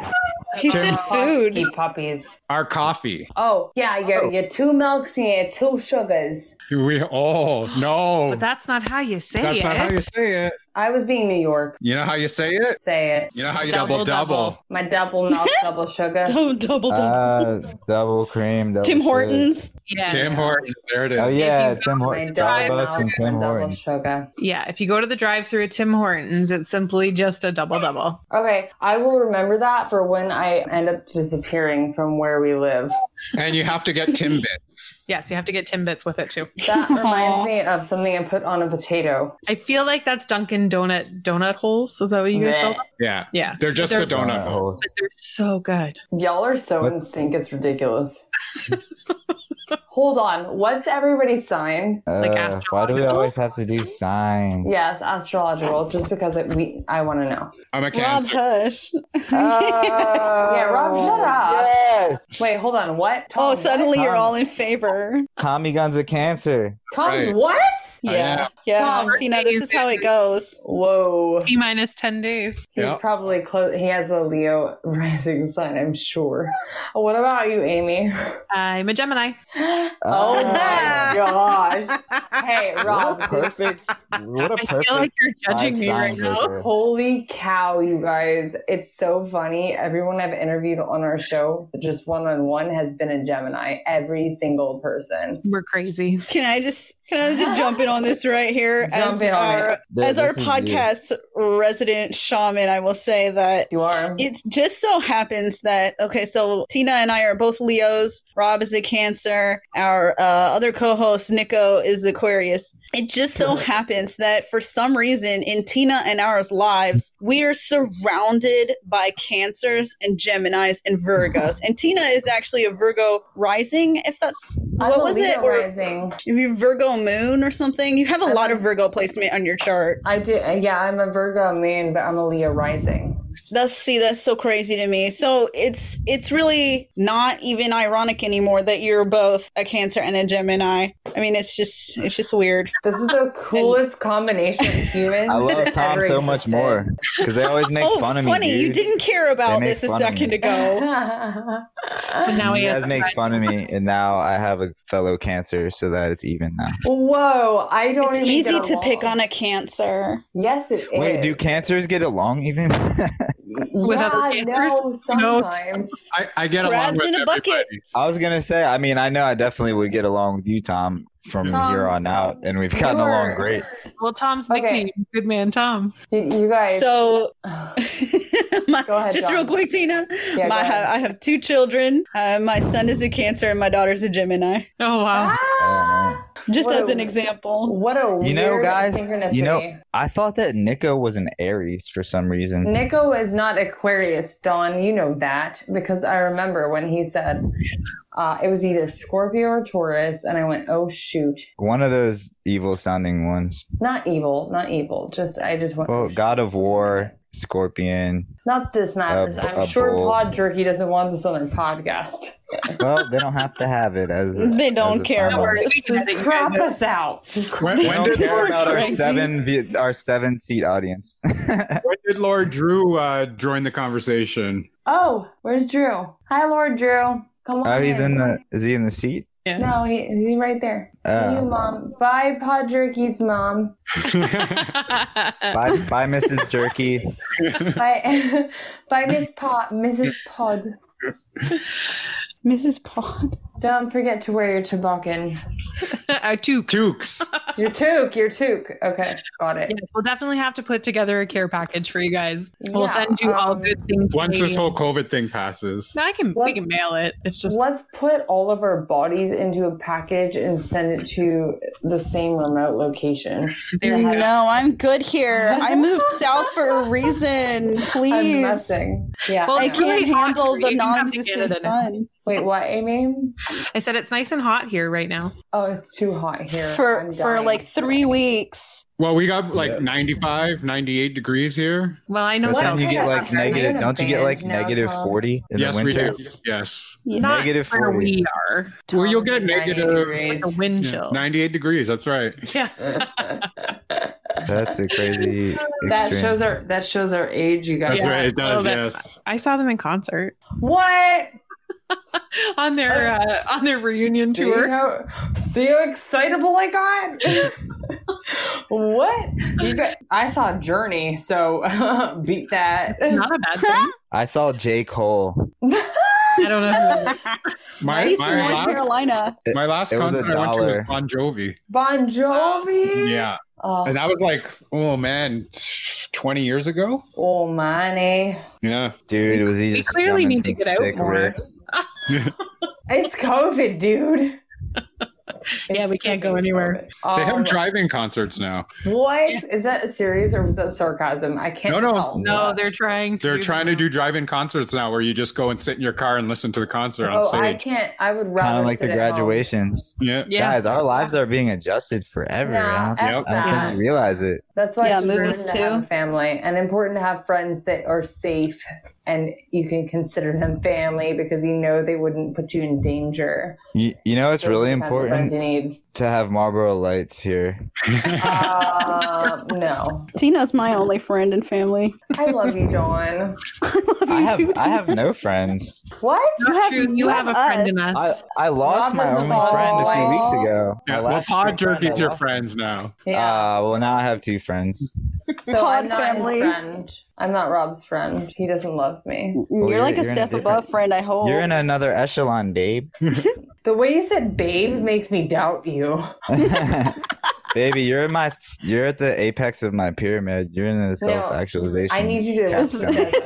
He said food.
Husky Puppies.
our coffee.
Oh, yeah, you get, you get two milks and you get two sugars.
We oh no.
But that's not how you say
That's
it.
not how you say it.
I was being New York.
You know how you say it?
Say it.
You know how you
Double,
double double.
double.
My double knob, double sugar.
Double, double,
Uh, double cream. Double
Tim
sugar.
Hortons.
Yeah.
Tim Hortons. There it is.
Oh
If
yeah,
you
Tim
My
Hortons,
double
Starbucks, and
knob,
Tim
double
Hortons.
sugar.
Yeah, if you go to the drive-through at Tim Hortons, it's simply just a double double.
Okay, I will remember that for when I end up disappearing from where we live.
And you have to get Timbits.
Yes, you have to get Timbits with it too.
That reminds
Aw.
me of something I put on a potato.
I feel like that's Dunkin' Donut donut holes. Is that what you guys call them?
Yeah.
Yeah.
They're just
They're-
the donut
Donut
holes.
holes.
But they're so good.
Y'all are so
What?
in sync, it's ridiculous. Hold on, what's everybody's sign?
Uh, why
Like
do we
astrological?
always have to do signs?
Yes, astrological, just because it, we I want to know.
I'm a
Rob
cancer.
Hush.
Oh,
Yeah, Rob, shut up.
Yes.
Wait, hold on, what? Tom,
Oh,
what?
suddenly you're
Tom.
all in favor.
Tommy guns of cancer.
Tom's
Right.
what?
I
Yeah.
am.
Yeah.
Tom,
you know, this is how it goes.
Whoa.
T minus ten days.
He's
Yeah.
probably close. He has a Leo rising sign, I'm sure. What about you, Amy?
I'm a Gemini.
oh
Oh.
my gosh. Hey,
What a
Rob. did-
perfect. What a
I
perfect.
feel like you're
five
judging me right
signs
now.
there.
Holy cow, you guys. It's so funny. Everyone I've interviewed on our show, just one on one, has been a Gemini. Every single person.
We're crazy.
Can I just can I just jump in on this right here?
Jump
as
in on
our,
it.
Th-
as our
this is you.
podcast resident shaman, I will say that
You are.
it just so happens that okay, so Tina and I are both Leos. Rob is a Cancer. Our uh, other co-host Nico is Aquarius. It just so happens that for some reason in Tina and ours lives, we are surrounded by Cancers and Gemini's and Virgos. and Tina is actually a Virgo rising, if that's
I'm
what
a
was it
Leo
or
rising.
if you Virgo moon or something, you have a
I'm
lot
a-
of Virgo placement on your chart.
I do. Yeah, I'm a Virgo man, but I'm a Leo rising.
That's see, that's so crazy to me. So it's it's really not even ironic anymore that you're both a Cancer and a Gemini. I mean, it's just it's just weird.
This is the coolest combination of humans.
I love
that
Tom
ever
so much
existed.
more because they always make
oh,
fun of me.
funny!
dude.
You didn't care about
They make
this a
fun of me.
second ago.
But now he
you
has
guys make fun of me, and now I have a fellow cancer, so that it's even now.
Whoa, I don't
It's
even
easy
get
to pick
along.
on a Cancer.
Yes, it is.
Wait, do cancers get along even?
With
yeah,
other
no,
cancers? No.
sometimes.
I, I get
Crabs
along with
in a bucket.
everybody.
I was gonna say. I mean, I know I definitely would get along with you, Tom, from
Tom,
here on out, and we've gotten
you
along
are-
great.
Well, Tom's
Okay.
nickname, Good Man Tom.
You, you guys.
So my,
Go ahead,
just
Dawn.
real quick, Tina.
Yeah,
my,
go ahead.
I have two children. Uh, my son is a Cancer and my daughter's a Gemini.
Oh wow.
Ah!
Just
What
as
a-
an example.
What a
You know,
weird
guys,
synchronicity.
you know- I thought that Nico was an Aries for some reason.
Nico is not Aquarius, Don. You know that because I remember when he said uh, it was either Scorpio or Taurus, and I went, "Oh shoot,
One of those evil-sounding ones.
not evil, not evil." Just I just went,
Well, Oh, God of War, Scorpion.
"Not this matters."
A-
I'm
a
sure
bull.
Pod Jerky doesn't want this on their podcast.
Well, they don't have to have it as
They
as
don't
a
care.
timeline.
Don't worry.
We can edit you guys
Crap
out.
us out. Just
When,
We
when
don't
did
care
Lord,
about our
Crazy.
seven vi- our seven seat audience. Oh,
when did Lord Drew uh, join the conversation?
Oh, where's Drew? Hi, Lord Drew. Come on.
oh, he's
in.
in the. Is he in the seat?
No, he, he's right there. See you,
Uh,
mom. Bye, Pod Jerky's mom.
Uh,
bye, bye, Mrs. Jerky.
Bye, bye, Miss Pod, Mrs. Pod.
Mrs. Pond.
Don't forget to wear your toboggan.
A toque.
Tukes.
Your toque, your toque. Okay, got it.
Yes, we'll definitely have to put together a care package for you guys. We'll
Yeah,
send you all
um,
good things.
Once this
Canadian.
whole COVID thing passes.
No, I can we
What-
can mail it. It's just
Let's put all of our bodies into a package and send it to the same remote location.
there you go.
No, I'm good here. I moved south for a reason.
I'm
Please.
messing. Yeah.
Well,
I
it's
can't
really hot
handle
here.
the
You can
non
come to
existent
Canada now.
sun.
Wait, what, Amy?
I said it's nice and hot here right now.
Oh, it's too hot here.
For
I'm
for
dying.
like three weeks.
Well, we got like
Yeah.
95, 98 degrees here.
Well, I know
But
What
then
South
you
kind
get
of
like
country? We're in
negative.
a
Don't you get like
band now,
negative
Tom.
forty in
yes,
the
we
winter?
do. Yes.
not
negative
where
40.
we are.
Well, you'll get
Tom's at 90
negative-
degrees.
The wind
Yeah,
chill.
98 degrees. That's right.
Yeah.
That's a crazy.
That
extreme.
shows our that shows our age, you guys.
That's
Yeah.
right. It does.
Oh, that-
yes.
I saw them in concert
What
on their uh, on their reunion
See
tour.
How, see how excitable I got. What? You got, I saw Journey, so beat that.
Not a bad thing.
I saw J. Cole.
I don't know.
My,
He's from
my,
North
last,
Carolina.
my last
It was a
concert I went to
dollar.
was Bon Jovi.
bon Jovi.
Yeah.
Oh,
And that was like, oh man, 20 years ago?
oh money.
Yeah.
Dude, was he
We
just
clearly
drumming
need to
some
get out
sick
more.
riffs?
It's COVID, dude.
Yeah, we can't go
freaking
anywhere.
COVID.
They
Um,
have drive-in concerts now.
What is that a series or was that sarcasm? I can't
No, no.
tell.
No, they're trying to.
They're trying to do drive-in concerts now where you just go and sit in your car and listen to the concert on
Oh, I
stage.
can't. I would rather
Kind of like the
sit at home.
graduations.
Yeah.
Yeah.
Guys, our lives are being adjusted forever. I
Nah,
don't,
F
Yep.
I don't
that.
think you realize it.
That's why
Yeah,
it's
movies
important to
too.
have a family and important to have friends that are safe and you can consider them family because you know they wouldn't put you in danger.
You, you know, it's
Those
really
are the kinds of Friends you
important
need.
to have Marlboro lights here.
Uh, no,
Tina's my only friend and family.
I love you, Dawn.
I love you
I have
too.
I have
Tina.
no friends.
What?
Not
You have-
true. You,
you
have,
have
a friend in
us.
us.
I, I lost
Rob
my
has a
only
ball.
friend a few weeks ago.
Yeah,
My
well,
last
Pod
true friend,
Jerky's
I
your
lost-
friends now.
Yeah.
Uh, well, now I have two friends.
so
Pod
I'm not
family.
his friend. I'm not Rob's friend. He doesn't love
Mm,
me.
you're,
Oh, you're-
like a
you're in a
step
different-
above friend, I hope.
You're in
Oh.
another echelon, babe.
The way you said "babe" makes me doubt you.
Baby, you're in my you're at the apex of my pyramid. You're in the self actualization.
I need you to listen to
Capstone.
that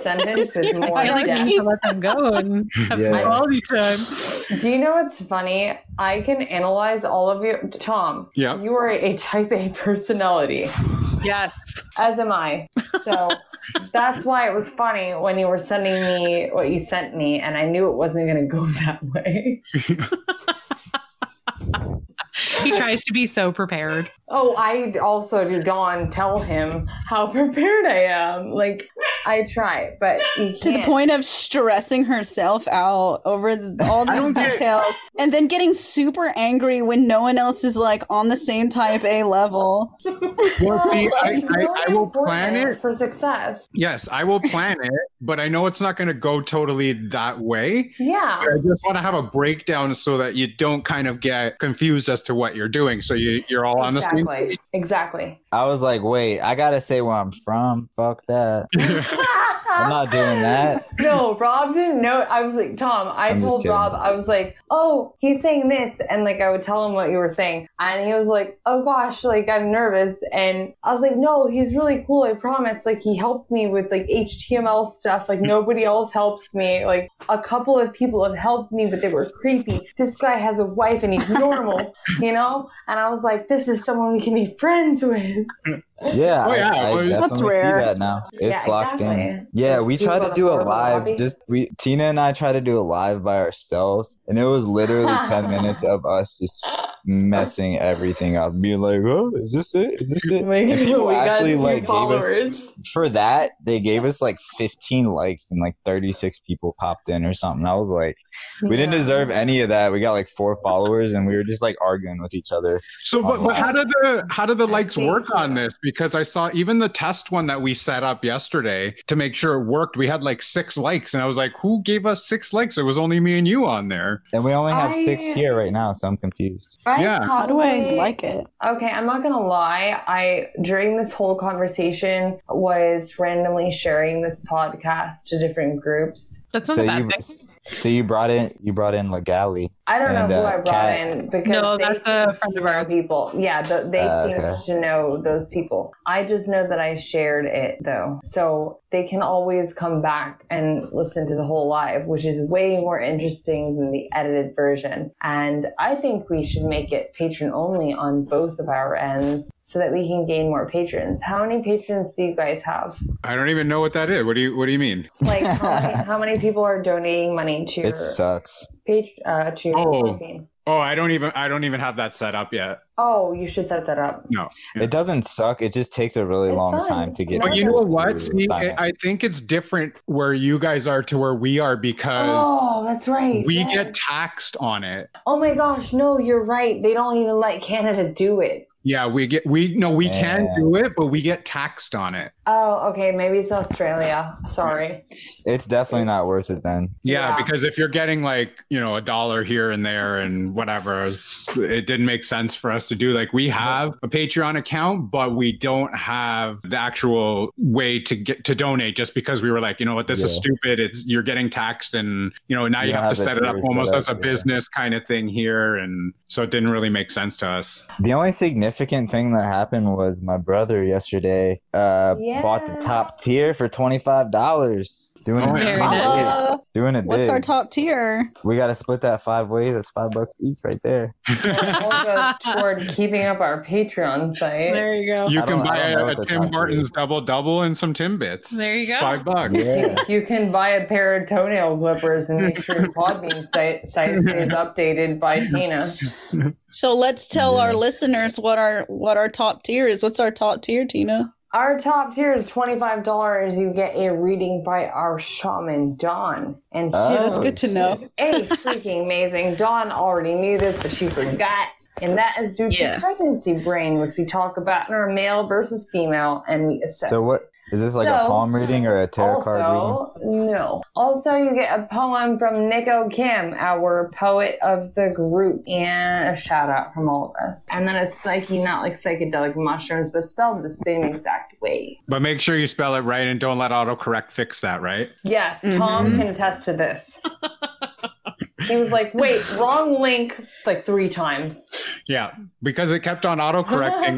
sentence with more
I feel like we
depth.
need to let them go and have some
Yeah.
quality time.
Do you know what's funny? I can analyze all of you. Tom,
Yeah.
you are a type A personality,
Yes.
as am I. So that's why it was funny when you were sending me what you sent me, and I knew it wasn't going to go that way.
He tries to be so prepared.
Oh, I also do, Dawn, tell him how prepared I am. Like, I try, but you can't.
to the point of stressing herself out over th- all
I
these
don't get it.
details and then getting super angry when no one else is like on the same type A level.
Well, see, I,
It's
I, I
really
will plan
important
it.
for success.
Yes, I will plan it, but I know it's not going to go totally that way.
Yeah.
I just want to have a breakdown so that you don't kind of get confused as to what you're doing. So you, you're all on the same
Exactly. Exactly.
I was like, wait, I gotta say where I'm from. Fuck that. I'm not doing that.
No, Rob didn't know. I was like, Tom, I
I'm just
told
kidding.
Rob, I was like, oh, he's saying this. And like, I would tell him what you were saying. And he was like, oh gosh, like, I'm nervous. And I was like, no, he's really cool. I promise. Like, he helped me with like HTML stuff. Like, nobody else helps me. Like, a couple of people have helped me, but they were creepy. This guy has a wife and he's normal, you know? And I was like, this is someone we can be friends with.
Yeah,
Oh,
I-
yeah,
I,
well,
definitely
That's rare.
see that now. It's
Yeah,
locked in.
exactly.
Yeah,
Just
we
people
tried
in
to
a
do a
horrible
live.
lobby.
Just we Tina and I tried to do a live by ourselves, and it was literally ten minutes of us just messing everything up, being like, "Oh, is this it? Is this it?" And people actually like gave us for that. They gave us like fifteen likes, and like thirty six people popped in or something. I was like, we didn't deserve any of that. We got like four followers, and we were just like arguing with each other.
So, but, but how did the how did the likes
Thank
work
you.
on this? Because I saw even the test one that we set up yesterday to make sure it worked. We had like six likes, and I was like, "Who gave us six likes?" It was only me and you on there.
And we only have six
I-
here right now, so I'm confused.
I
Yeah.
How do I
probably-
like it?
Okay, I'm not gonna lie. I during this whole conversation was randomly sharing this podcast to different groups.
That's not
so
a bad
you,
thing.
so you brought in you brought in Legally.
I don't
And,
know who
uh,
I brought
Kat-
in because
No,
they
that's a
seem
friend
to
of
know
ours.
People, yeah, the, they
Uh,
seem
okay.
to know those people. I just know that I shared it though, so they can always come back and listen to the whole live, which is way more interesting than the edited version. And I think we should make it patron only on both of our ends. So that we can gain more patrons. How many patrons do you guys have?
I don't even know what that is. What do you What do you mean?
Like, how many, how many people are donating money to your
It sucks.
page? Uh, to your
Oh.
campaign?
Oh, I don't even I don't even have that set up yet.
Oh, you should set that up.
Yeah.
It doesn't suck. It just takes a really
It's
long
fun.
time to get.
But
But you
people
know
to
what? See,
sign
I
up.
I think it's different where you guys are to where we are because
Oh, that's right.
we
yeah.
get taxed on it.
Oh my gosh, no, you're right. They don't even let Canada do it.
Yeah, we get we no we can
Yeah.
do it, but we get taxed on it.
Oh, okay. Maybe it's Australia. Sorry.
It's definitely not worth it then.
Yeah,
Yeah.
because if you're getting like you know a dollar here and there and whatever, it's- it didn't make sense for us to do. Like we have a Patreon account, but we don't have the actual way to get to donate. Just because we were like, you know what, this is
Yeah.
stupid. It's you're getting taxed, and you know now
You
you,
don't
have to
have
set
the
it up
tiers set
almost
up,
as a
yeah.
business kind of thing here, and so it didn't really make sense to us.
The only significant thing that happened was my brother yesterday uh, bought the
Yeah.
top tier for twenty five dollars. Doing
Oh,
it
Very
big.
nice.
Uh,
Doing it
what's
big.
our top tier?
we got to split that five ways. That's five bucks each, right there.
All goes toward keeping up our Patreon site.
There you go.
you
I
can
don't- I
buy
don't know
a,
what the
a Tim
top tier
Hortons
is.
double double and some Timbits.
There you go.
Five bucks.
Yeah.
You can buy a pair of toenail clippers and make sure your Podbean site, site stays updated by Tina.
So let's tell
Yeah.
our listeners what our what our top tier is. What's our top tier, Tina?
Our top tier is $25. You get a reading by our shaman, Dawn. And she
Oh,
That's good to know.
a freaking amazing. Dawn already knew this, but she forgot. And that is due
Yeah.
to pregnancy brain, which we talk about in our male versus female, and we assess.
So what is this like a
So-
palm reading or a tarot card reading?
also, no. Also, you get a poem from Nico Kim, our poet of the group, and a shout out from all of us. And then a psyche, not like psychedelic mushrooms, but spelled the same exact way.
But make sure you spell it right and don't let autocorrect fix that, right?
Yes, Tom
Mhm.
can attest to this. he was like, "Wait, wrong link!" Like three times.
Yeah, because it kept on autocorrecting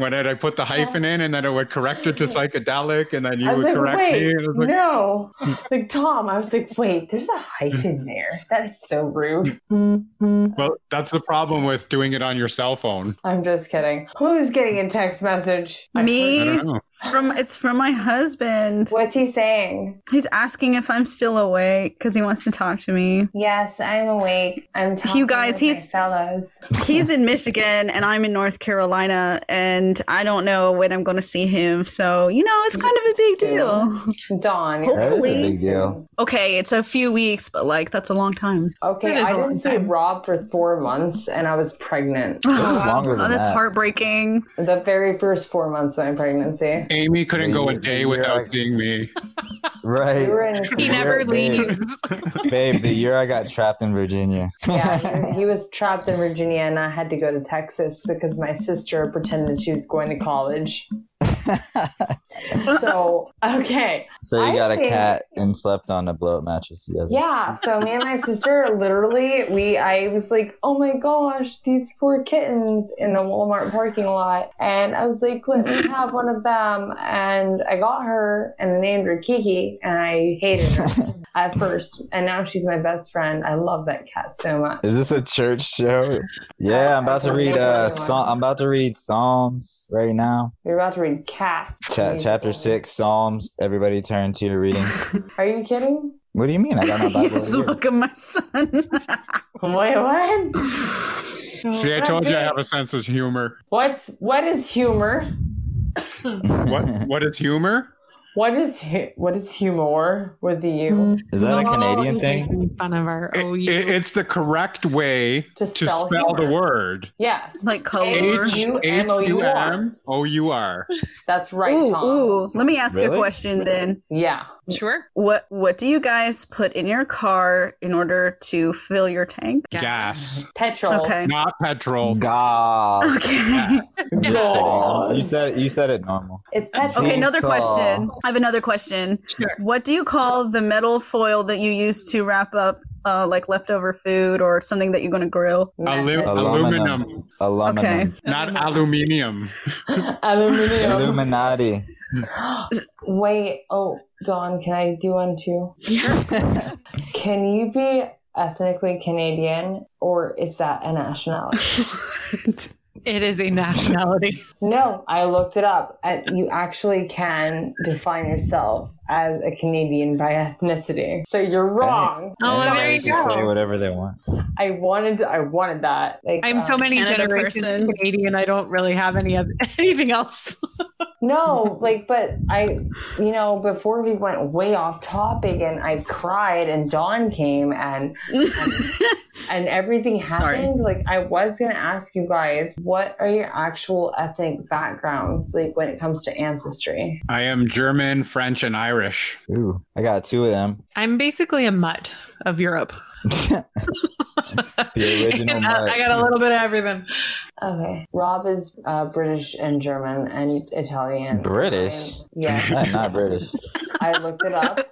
when it, I put the hyphen in and then it would correct it to psychedelic and then you
I was like,
would correct
wait,
me. And I was like,
no. like, Tom, I was like, wait, there's a hyphen there. That is so rude.
well, that's the problem with doing it on your cell phone.
I'm just kidding. Who's getting a text message? I
I
Me?
don't know.
From it's from my husband.
heard- What's he saying?
He's asking if I'm still awake because he wants to talk to me.
Yes, I'm awake. I'm talking
You guys,
with
he's-
my fellows.
He's in Michigan and I'm in North Carolina, and I don't know when I'm going to see him. So, you know, it's kind of a big deal.
Dawn.
That is a
Hopefully.
big deal.
Okay, it's a few weeks, but like, that's a long time.
Okay,
That is
I
a long
didn't see
time.
Rob for four months, and I was pregnant.
was longer than
Oh, that's
that.
heartbreaking.
The very first four months of my pregnancy.
Amy couldn't go a
You're-
day
you're
without
like-
seeing me.
We were
Right.
in.
He
Yeah,
never
babe.
leaves.
Babe, the year I got trapped in Virginia.
Yeah, he, he was trapped in Virginia, and I had to go to Texas because my sister pretended she was going to college. So okay,
so you
I
got a
think-
cat and slept on a blow up mattress together.
yeah. So me and my sister literally, we I was like, oh my gosh, these poor kittens in the Walmart parking lot, and I was like, let me have one of them, and I got her and I named her Kiki, and I hated her at first, and now she's my best friend. I love that cat so much.
Is this a church show? Yeah, I'm about to read uh Psa- I'm about to read Psalms right now.
We're about to read Cats,
Cha- chapter 6 Psalms. Everybody turn to your reading.
Are you kidding?
What do you mean? I got my Bible.
yes,
over here.
look at my son.
Wait, what? Oh,
See, I told you I have a sense of humor.
What's what is humor?
What What is humor?
What is hu- what is humor with the
Mm.
U?
Is that a
No,
Canadian
you're
thing?
making Fun of our
It-
OU.
it- it's the correct way
To
to
Oh, spell
spell, the
humor.
word.
Yes,
like, color.
H
U
H
M O U
U
R.
M O U R.
that's right,
ooh,
Tom.
ooh. Let me ask
Really?
a question then.
Yeah,
sure.
What What do you guys put in your car in order to fill your tank?
Gas,
petrol.
Okay.
not petrol.
God.
Okay.
I'm just
Gas.
kidding. You said you said it normal.
It's petrol.
Okay, another
Diesel.
question. I have another question.
Sure.
What do you call the metal foil that you use to wrap up uh, like leftover food or something that you're going to grill?
Alu-
Method.
Aluminum.
aluminum,
Aluminum.
not aluminium.
Aluminum.
Illuminati.
Wait, oh, Dawn, can I do one too? Can you be ethnically Canadian, or is that a nationality?
It is a nationality.
No, I looked it up. I, you actually can define yourself as a Canadian by ethnicity. So you're wrong.
Oh, well, there
Anybody
you
can Say
go.
whatever they want.
I wanted I wanted that. Like
I'm so
um,
many
Canada
generations
person.
Canadian. I don't really have any of anything else.
No, like, but I, you know, before we went way off topic and I cried and dawn came and and everything
Sorry.
happened, like, I was going to ask you guys, what are your actual ethnic backgrounds, like, when it comes to ancestry?
I am German, French, and Irish.
Ooh, I got two of them.
I'm basically a mutt of Europe.
the original.
And, uh,
Mark.
I got a little bit of everything.
Okay. Rob is uh, British and German and Italian.
British?
I- yeah,
I'm not British.
I looked it up.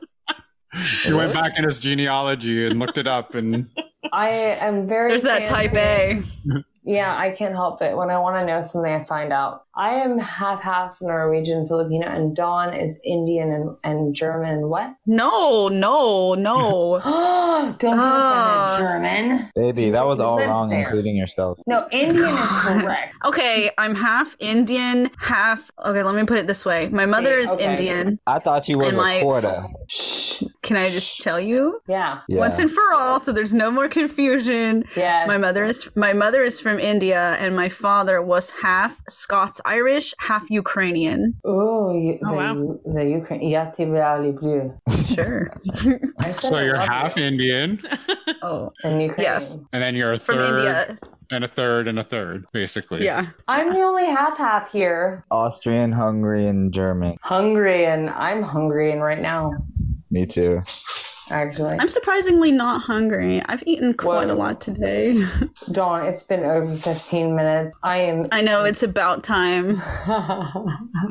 He went back in his genealogy and looked it up, and
I am very.
There's that
fancy.
type A.
Yeah, I can't help it. When I want to know something, I find out. I am half half Norwegian, Filipino, and Dawn is Indian and, and German. and What?
No, no, no.
Don't get
Ah.
offended, German.
Baby, that was all
Lives
wrong,
there.
including yourself.
No, Indian is
God.
correct.
Okay, I'm half Indian, half. Okay, let me put it this way. My mother is
okay.
Indian.
I thought you was
And,
a
like-
quarter.
Shh.
Can I just tell you?
Yeah.
Yeah.
Once and for all, so there's no more confusion.
Yes.
My mother is my mother is from India, and my father was half Scots Irish, half Ukrainian.
Ooh, you,
Oh,
the,
wow.
the Ukraine. Yati Biali Blue.
Sure.
I said
so
I
you're
love
half
you.
Indian,
oh,
in Ukraine.
Yes.
and then you're a
from
third,
India.
and a third, and a third, basically.
Yeah.
I'm the only half half here.
Austrian, Hungary, and German.
Hungry and I'm hungry and right now,
Me too.
actually.
I'm surprisingly not hungry. I've eaten quite
Whoa.
a lot today.
Dawn, it's been over 15 minutes. I am.
I know it's about time.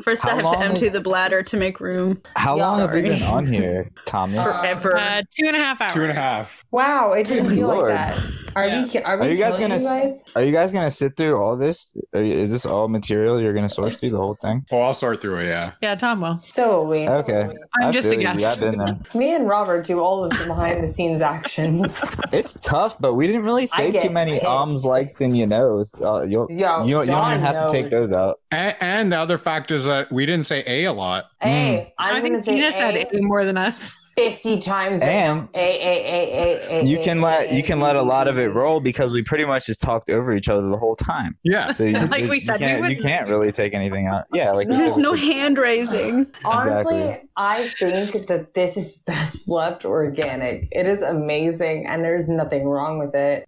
First,
How
I have to
long
empty
is-
the bladder to make room.
How
Yeah,
long have you
sorry.
been on here, Thomas?
Forever.
Uh, two and a half hours.
Two and a half.
wow, it didn't feel
Lord.
like that. Are we? ki- Are we?
Are you guys
killing
gonna
you guys?
Are you guys gonna sit through all this? Are you, is this all material you're gonna source through the whole thing?
Oh, I'll sort through it. Yeah.
Yeah, Tom will.
So will we.
Okay.
I'm
I
just a
feel you.
guest.
I've been there.
Me and Robert do all of the behind the scenes actions.
It's tough, but we didn't really say too
get
many
pissed.
ums, likes, and you knows. Uh, you'll,
Oh,
Yo,
you, you don't
Dawn
even have
knows.
to take those out.
And, and the other fact is that we didn't say a a lot.
Mm.
Hey, I'm
I
gonna
think
say
Tina said
A
it more than us.
50 times.
And
A, A, A, A, A,
you
A,
can
A,
let
A,
you can let a lot of it roll because we pretty much just talked over each other the whole time.
Yeah.
So you,
Like
you-
we
you
said, we
can't, you
wouldn't-
can't really take anything out. Yeah, like we
No.
There's
said, we
no
could-
hand raising.
Honestly,
Exactly.
I think that this is best left organic. It is amazing, and there's nothing wrong with it.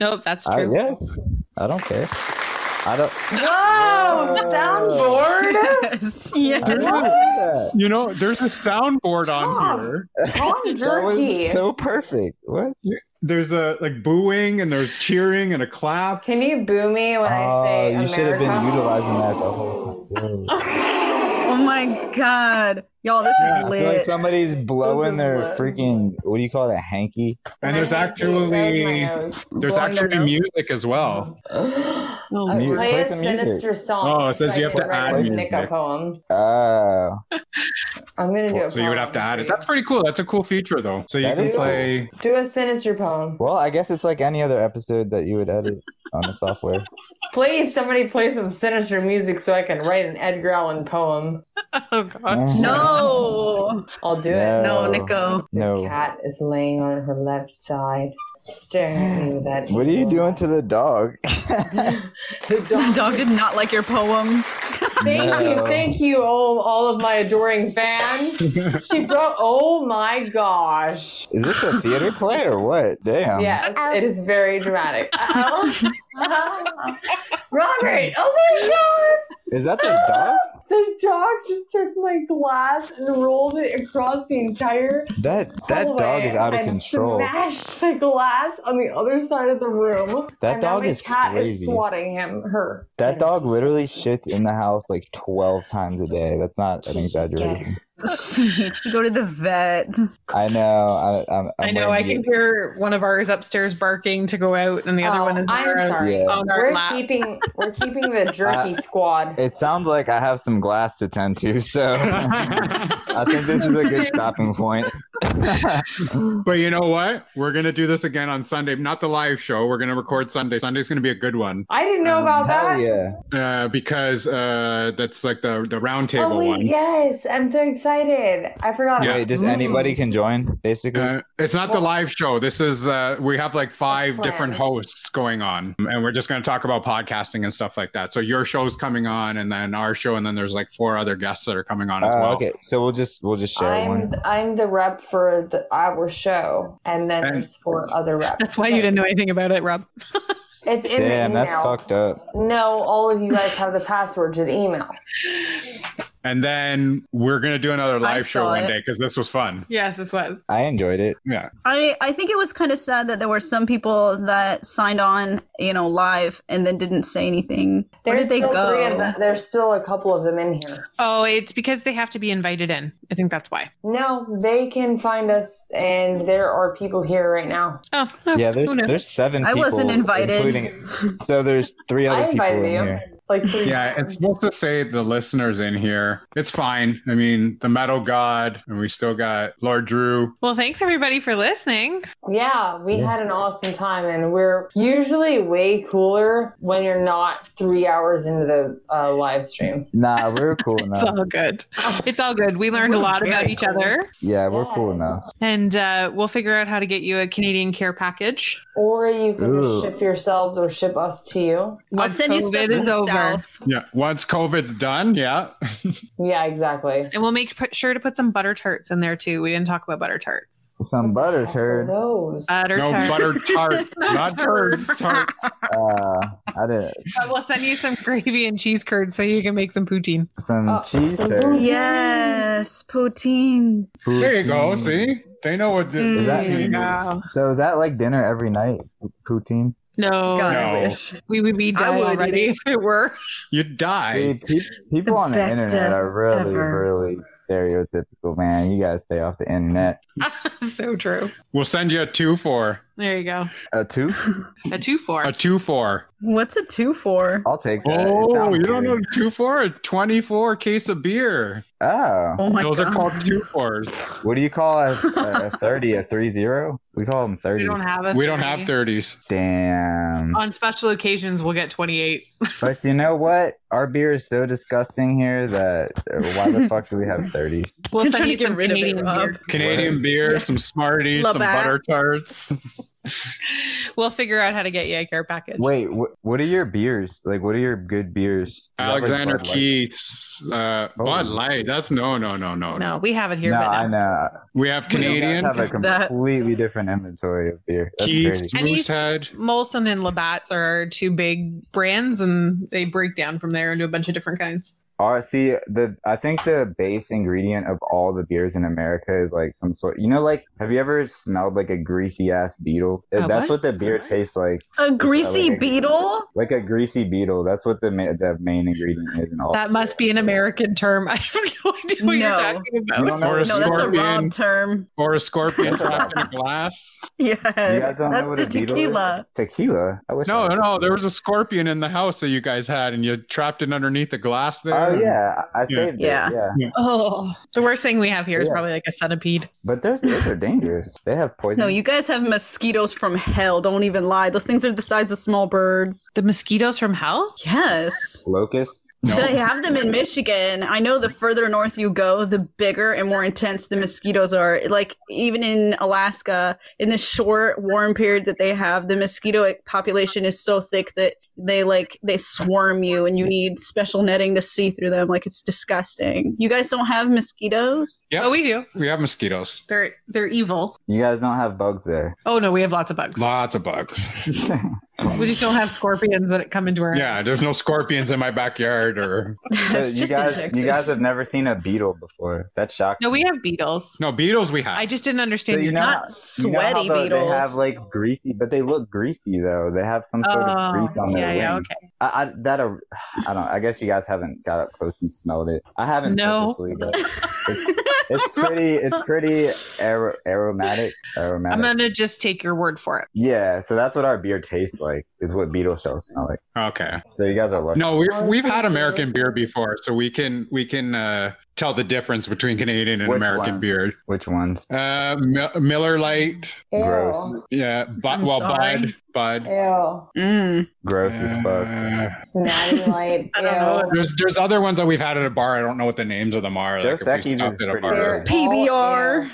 Nope, that's
I-
true.
Uh, yeah, I don't care. I don't.
Whoa, soundboard!
yes. yes.
I don't do that.
You know, there's a soundboard on
Tom.
here.
Tom
That
Jerky.
was so perfect. What?
There's a like booing and there's cheering and a clap.
Can you boo me when I
Oh,
say
you should have been
America?
utilizing that the whole time.
Oh my god, y'all, this
Yeah, I
is
feel
I
lit.
feel like somebody's blowing
is
their
lit.
freaking what do you call it? A hanky.
And
Where's
there's
my
actually
nose?
there's
Blowing their
actually
nose.
music as well.
Oh,
Uh,
Mu-
Lord.
play,
play
a
some music.
sinister song.
Oh, it says
so I
you have
can
to
write
add
a
music.
Snicka poem.
Uh,
I'm gonna do a
So you would
poem
have to add
for
it.
you.
That's pretty cool. That's a cool feature though. So you
That
can
is cool.
play
Do a sinister poem,
well, I guess it's like any other episode that you would edit on the software.
please. Somebody play some sinister music so I can write an Edgar Allan poem.
Oh gosh.
no,
I'll do it.
no,
No.
Nico.
The
No.
cat is laying on her left side, staring at me with that.
What are you
evil
doing
eye.
to the dog?
the
The
dog?
dog did not like your poem.
Thank
No.
you, thank you, all, all of my adoring fans. she brought. Oh my gosh!
Is this a theater play or what? Damn.
Yes, it is very dramatic. Uh-oh. Robert, oh
Is that the dog?
my god! The dog just took my glass and rolled it across the entire
That that dog
hallway
is out of
and
control.
Smashed the glass on the other side of the room.
That
and
dog
now my
is
cat
crazy.
Is swatting him, her.
That dog literally shits in the house like twelve times a day. That's not an exaggeration.
She needs to go to the vet.
I know. I, I'm, I'm
I know. I
waiting
can
to-
hear one of ours upstairs barking to go out, and the other
Oh,
one is
I'm
on our-
sorry.
Yeah.
on our
We're
lap.
keeping we're keeping the jerky
Uh,
squad.
It sounds like I have some glass to tend to, so I think this is a good stopping point.
but you know what? We're gonna do this again on Sunday. Not the live show. We're gonna record Sunday. Sunday's gonna be a good one
I didn't know about that.
oh, Hell yeah.
uh, because uh, that's like the the round table
Oh wait,
one.
yes, I'm so excited. I forgot.
Yeah.
Wait, just
Mm.
anybody can join, basically.
Uh, it's not the
Well-
live show. This is uh, we have like five
planned.
different hosts going on, and we're just going to talk about podcasting and stuff like that. So your show's coming on, and then our show, and then there's like four other guests that are coming on as
Oh,
well.
Okay, so we'll just we'll just share
Mm, I'm
one.
I'm the rep for the, our show, and then
And-
there's four other reps.
That's why you didn't know anything about it, Rob.
It's in
Damn,
the email.
that's fucked up.
No, all of you guys have the password to the email.
And then we're going to do another live show
saw
one
it.
day because this was fun.
Yes, this was.
I enjoyed it.
Yeah,
I, I think it was kind of sad that there were some people that signed on, you know, live and then didn't say anything. Where did they
still three of
go?
them- There's still a couple of them in here.
Oh, it's because they have to be invited in. I think that's why.
No, they can find us, and there are people here right now.
Oh,
Yeah,
who
there's
knows?
there's seven.
I
People,
wasn't invited.
including- so there's three other
I
people in
invited you.
here.
Like three
yeah. It's
times.
supposed to say the listeners in here. It's fine. I mean, the metal god, and we still got Lord Drew.
Well, thanks everybody for listening.
Yeah, we
Yeah.
had an awesome time, and we're usually way cooler when you're not three hours into the uh, live stream.
Nah, we're cool
It's
enough.
all good. It's all good. We learned a
We're
lot about
very
each other,
Yeah, we're cool
Yes.
enough.
and uh, we'll figure out how to get you a Canadian care package
Or you can
Ooh.
just ship yourselves or ship us to you.
I'll
once
send you
COVID
stuff
is
in the
over.
south.
Yeah. Once COVID's done, yeah.
Yeah, exactly.
And we'll make put, sure to put some butter tarts in there too. We didn't talk about butter tarts.
Some butter turds.
Those.
Butter
no
tarts.
butter tart, not turds. Tart.
Uh, I did
Uh, we'll send you some gravy and cheese curds so you can make some poutine.
some
Oh,
cheese
some
turds.
Yes, poutine.
There you go.
Poutine.
See, they know what.
Mm.
Is
Is that-
that
So is that like dinner every night? Poutine. Oh,
No,
God,
No.
I wish.
we would be
I
dead
would eat
already
it.
if it were.
you die?
See, pe- people
The
on the
best
internet
death
are really,
ever.
really stereotypical, man. You gotta stay off the internet.
so true.
We'll send you a two four,
There you go.
A two?
A two four.
a two four.
What's a two for?
I'll take that. It
Oh,
sounds
you don't know
good.
a two four? A twenty four case of beer.
Oh,
Oh my
Those
god.
are called two fours.
what do you call a, a, a thirty? A three zero? We call them
we
thirties.
don't have a.
We don't
30.
have thirties.
Damn.
On special occasions, we'll get twenty eight.
But you know what? Our beer is so disgusting here that uh, why the fuck do we have thirties?
We'll
You're
send
trying
you
to get
some
rid of it,
Canadian
Rob.
beer.
Canadian beer, some Smarties, some
Labatt.
butter tarts.
We'll figure out how to get you a care package.
Wait, wh- what are your beers? Like, what are your good beers? Is that, like,
Alexander
Bud Light?
Keith's uh,
Oh.
Bud Light. That's no, no, no, no, no.
No, we have it here.
no,
but
I
no.
know.
We have
We don't
Canadian
have a
That-
completely different inventory of beer. That's
Keith's
crazy.
And he's-
Moose Head.
Molson and Labatt's are our two big brands, and they break down from there into a bunch of different kinds.
Our, Uh, see, the I think the base ingredient of all the beers in America is like some sort. You know, like have you ever smelled like a greasy ass beetle?
A
That's
what?
what the beer tastes like,
a greasy
like a-
beetle?
like a greasy beetle. That's what the ma- the main ingredient is in
Oh.
all.
That must be an American term. I have no idea what you're
No.
talking
You
about.
don't know
No,
what
Or a
that's a
Scorpion.
Rob term.
Or a scorpion trapped in a glass.
Yes.
You guys
That's
don't know what
the
a beetle
tequila.
Is? Tequila. I wish.
No,
I
no, there was a scorpion in the house that you guys had, and you trapped it underneath the glass there.
Oh yeah, I, I saved
Yeah.
it. Yeah,
Oh, the worst thing we have here is
Yeah.
probably like a centipede.
but those those are dangerous. They have poison.
No, you guys have mosquitoes from hell. Don't even lie. Those things are the size of small birds.
The mosquitoes from hell?
Yes.
locusts.
No.
They have them in Michigan. I know the further north you go, the bigger and more intense the mosquitoes are. Like even in Alaska, in the short warm period that they have, the mosquito population is so thick that they like they swarm you and you need special netting to see through them. Like it's disgusting. You guys don't have mosquitoes?
Yep.
Oh, we do.
We have mosquitoes.
They're they're evil.
You guys don't have bugs there.
Oh no, we have lots of bugs.
Lots of bugs.
We just don't have scorpions that come into our
Yeah,
house.
there's no scorpions in my backyard or
So
It's
you
just in
guys,
Texas.
you guys have never seen a beetle before. That's shocking.
No, we have beetles.
no beetles we have.
I just didn't understand
So
your
you know-
not.
Not
You know how
sweaty
the-
beetles.
They have like greasy, but they look greasy though. They have some sort
Oh,
of grease on their
yeah, yeah,
wings. I, I that are, I don't. I guess you guys haven't got up close and smelled it. I haven't
No.
purposely, but it's, it's pretty. It's pretty ar- aromatic. Aromatic.
I'm gonna just take your word for it.
yeah, so that's what our beer tastes like. Is what beetle shells smell like.
okay.
So you guys are lucky.
No, we've we've had American beer before, so we can we can uh tell the difference between Canadian and
Which
American
one?
beer.
Which ones?
Uh, Mi- Miller Lite,
Ew.
Gross.
yeah, but
I'm
well,
sorry.
Bud, Bud.
Ew.
Mm.
Gross as fuck.
Uh,
Natty Light.
I don't know.
Ew.
There's there's other ones that we've had at a bar. I don't know what the names of them are.
Dos
if
Equis
we
is
stopped at a
pretty
bar.
good.
They're
PBR.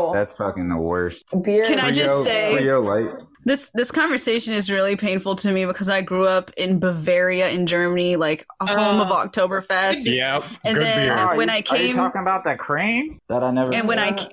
all Ew.
That's fucking the worst.
Ew. Beer.
Can I just
Frio-
say-
Frio Light.
This this conversation is really painful to me because I grew up in Bavaria in Germany, like a home of Oktoberfest.
Yep,
And
good
then-
beer.
when I came-
about that cream that I never.
And when I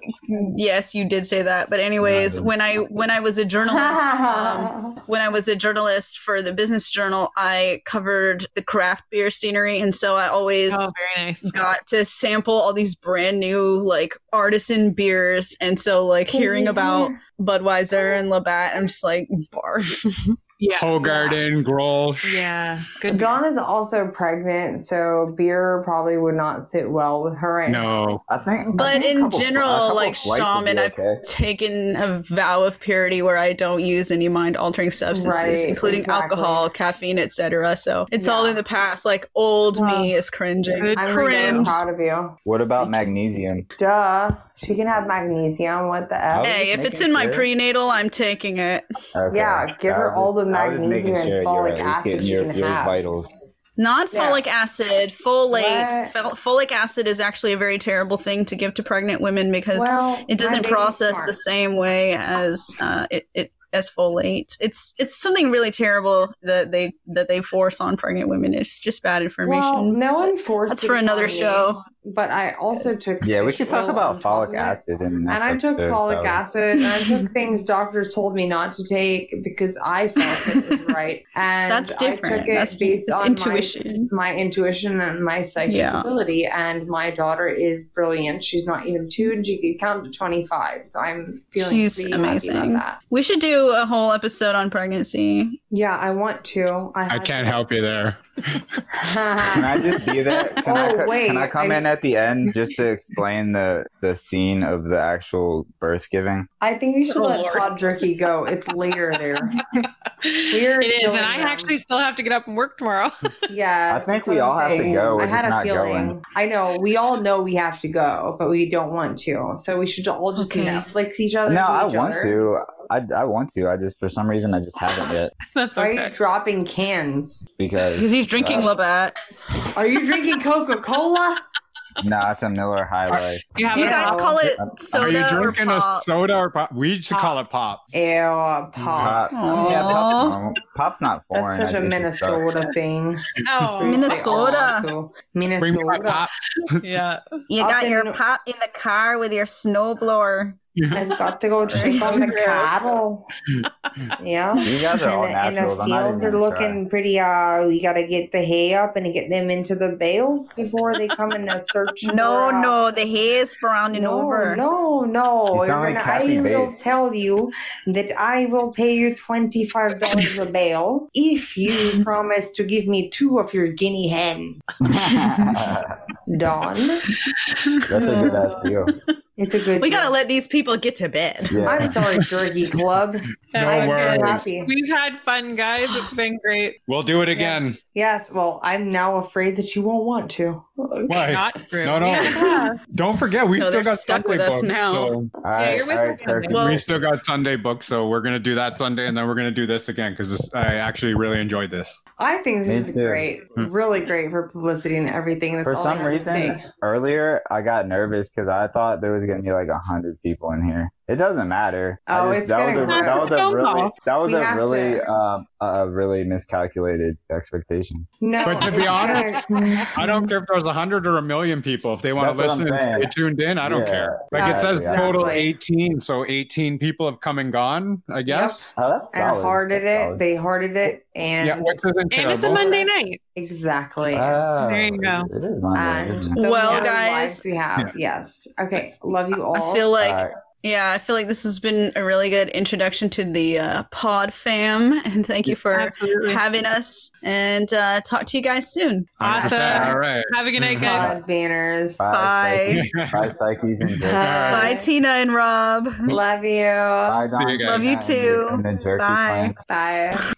yes, you did say that. But anyways,
No, I
when I when I was a journalist, um, when I was a journalist for the Business Journal, I covered the craft beer scenery, and so I always
Oh, very nice.
got to sample all these brand new like artisan beers. And so like hearing about Budweiser and Labatt, I'm just like barf.
Yeah.
Hogarden, Grolsch.
Yeah. Good.
Dawn is also pregnant, so beer probably would not sit well with her right now.
No,
I think,
But
I think a
in
couple-
general,
a couple
like,
flights would
shaman,
be
I've-
okay.
Taken a vow of purity where I don't use any mind altering substances,
Right,
including
exactly.
alcohol, caffeine, etc. So it's all
Yeah.
in the past. Like old me is cringing.
Good
I'm really
Cringe.
proud of you.
What about magnesium?
Duh. She can have magnesium. What the
I was
F?
Hey,
just
if it's
making
in my
sure.
prenatal, I'm taking it.
Okay.
Yeah, give her
I was
all the
I was making
magnesium and
you were
folic
at least
acid
getting
you
your,
can
your
have.
vitals.
Not
Yeah.
folic acid, folate.
What?
Fol- folic acid is actually a very terrible thing to give to pregnant women because
Well,
it
my
doesn't
baby's
process
smart.
the same way as uh, it, it as folate. It's it's something really terrible that they that they force on pregnant women. It's just bad information.
Well, no one forced.
That's
it
for another
on me,
show.
But I also took.
Yeah, we
fish
could talk
oil
about
on top of
folic
it.
acid in the next
And I took
episode,
folic
probably.
acid, and I took things doctors told me not to take because I felt it was right. And
That's
I
different.
took it
That's-
based
that's
on
intuition.
My, my intuition and my psychic
Yeah.
ability. And my daughter is brilliant. She's not even two, and she can count to twenty-five. So I'm feeling
She's
pretty happy about
amazing.
that.
we should do a whole episode on pregnancy.
Yeah, I want to. I,
I
Uh,
have
can't
to.
help you there.
Can I just be there? Can, I,
Oh,
co-
wait,
can I come
I-
in at the end just to explain the, the scene of the actual birth giving?
I think you should
Oh,
let
Lord.
Pod Jerky go. It's later there. We're
It is,
killing
and I
them.
actually still have to get up and work tomorrow.
Yeah.
I think
that's
we
what I'm
all have to
saying.
go. We're
I had
just
a
not
feeling.
going.
I know. We all know we have to go, but we don't want to. So we should all just
Okay.
Netflix each other.
No,
to
I
each
want
other.
to. I, I want to. I just, for some reason, I just haven't yet
That's
Are
okay.
you dropping cans?
Because
because,
he's drinking
Uh,
Labatt.
Are you drinking Coca Cola?
nah, it's a Miller High Life.
You have
Do you
a
guys
Wow.
call it
Are you
soda
Are you drinking
or
a
pop?
soda or pop? We used to call it pop.
Ew, pop.
Pop. Yeah, pop's,
Aw.
normal. pop's not
That's
foreign.
such
I
a
think it just sucks.
Minnesota thing.
oh,
Minnesota.
They all want to.
Bring me my
Minnesota.
pop.
yeah.
You
Up
got your
in-
pop in the car with your snowblower.
I've got to go check on the cattle. Yeah.
You guys are all
and, the- and
naturals.
the
I'm not even
fields are
gonna
looking pretty. Uh, you got to get the hay up and get them into the bales before they come and uh, search.
No,
for, uh,
no, the hay is browning
no,
over.
no,
You sound
no.
like
You're gonna-
Kathy
I will
Bates.
tell you that I will pay you twenty five dollars a bale if you promise to give me two of your guinea hen,
try.
Dawn.
That's a good ass deal.
It's a good.
We
deal.
gotta let these people get to bed.
Yeah.
I'm sorry, Jerky Club.
No
I'm
worries.
so happy.
We've had fun, guys. It's been great.
We'll do it again.
Yes. yes. Well, I'm now afraid that you won't want to.
Why?
Not true.
No, no.
Yeah.
Don't forget, we
No,
have still
they're
got
stuck
Sunday
with us
booked,
now.
so-
All right,
you're
all
with
right,
us.
Turkey.
Well-
we still got Sunday booked, so we're gonna do that Sunday, and then we're gonna do this again because I actually really enjoyed this.
I think
Me
this is
too.
great,
Hmm.
really great for publicity and everything. That's
For
all I
some
have to
reason,
say.
earlier I got nervous because I thought there was gonna be like a hundred people in here. It doesn't matter. I
Oh,
just-
it's
that was a
gonna
that
grow.
was a
Don't
really
know.
that was
We
a
have
really
to.
um a really miscalculated expectation.
no,
But to be
it's
honest,
gonna-
I don't care if there's a hundred or a million people. If they want
That's
to
what I'm
listen and
saying.
stay tuned in, I don't
Yeah,
care. Like it says
exactly.
total eighteen, so eighteen people have come and gone. I guess.
Oh, that's
and
solid.
hearted
That's
it.
solid.
They hearted it, and
Yeah, which isn't
And
terrible.
it's a Monday night.
exactly.
Oh,
There you go.
It is my
and
it?
the
Well,
little
guys-
lives we have yes. Okay, love you all.
I feel like, yeah, I feel like this has been a really good introduction to the uh, pod fam, and thank you for
Absolutely. Have,
having us. And uh, talk to you guys soon.
100%.
Awesome.
All right.
a good night, guys.
God banners.
Bye.
Bye, psyches and jerky.
Bye.
Bye, Tina and Rob.
Love you.
Bye, Don.
you guys.
Love you
And the-
too.
And the jerky
Bye.
clan.
Bye.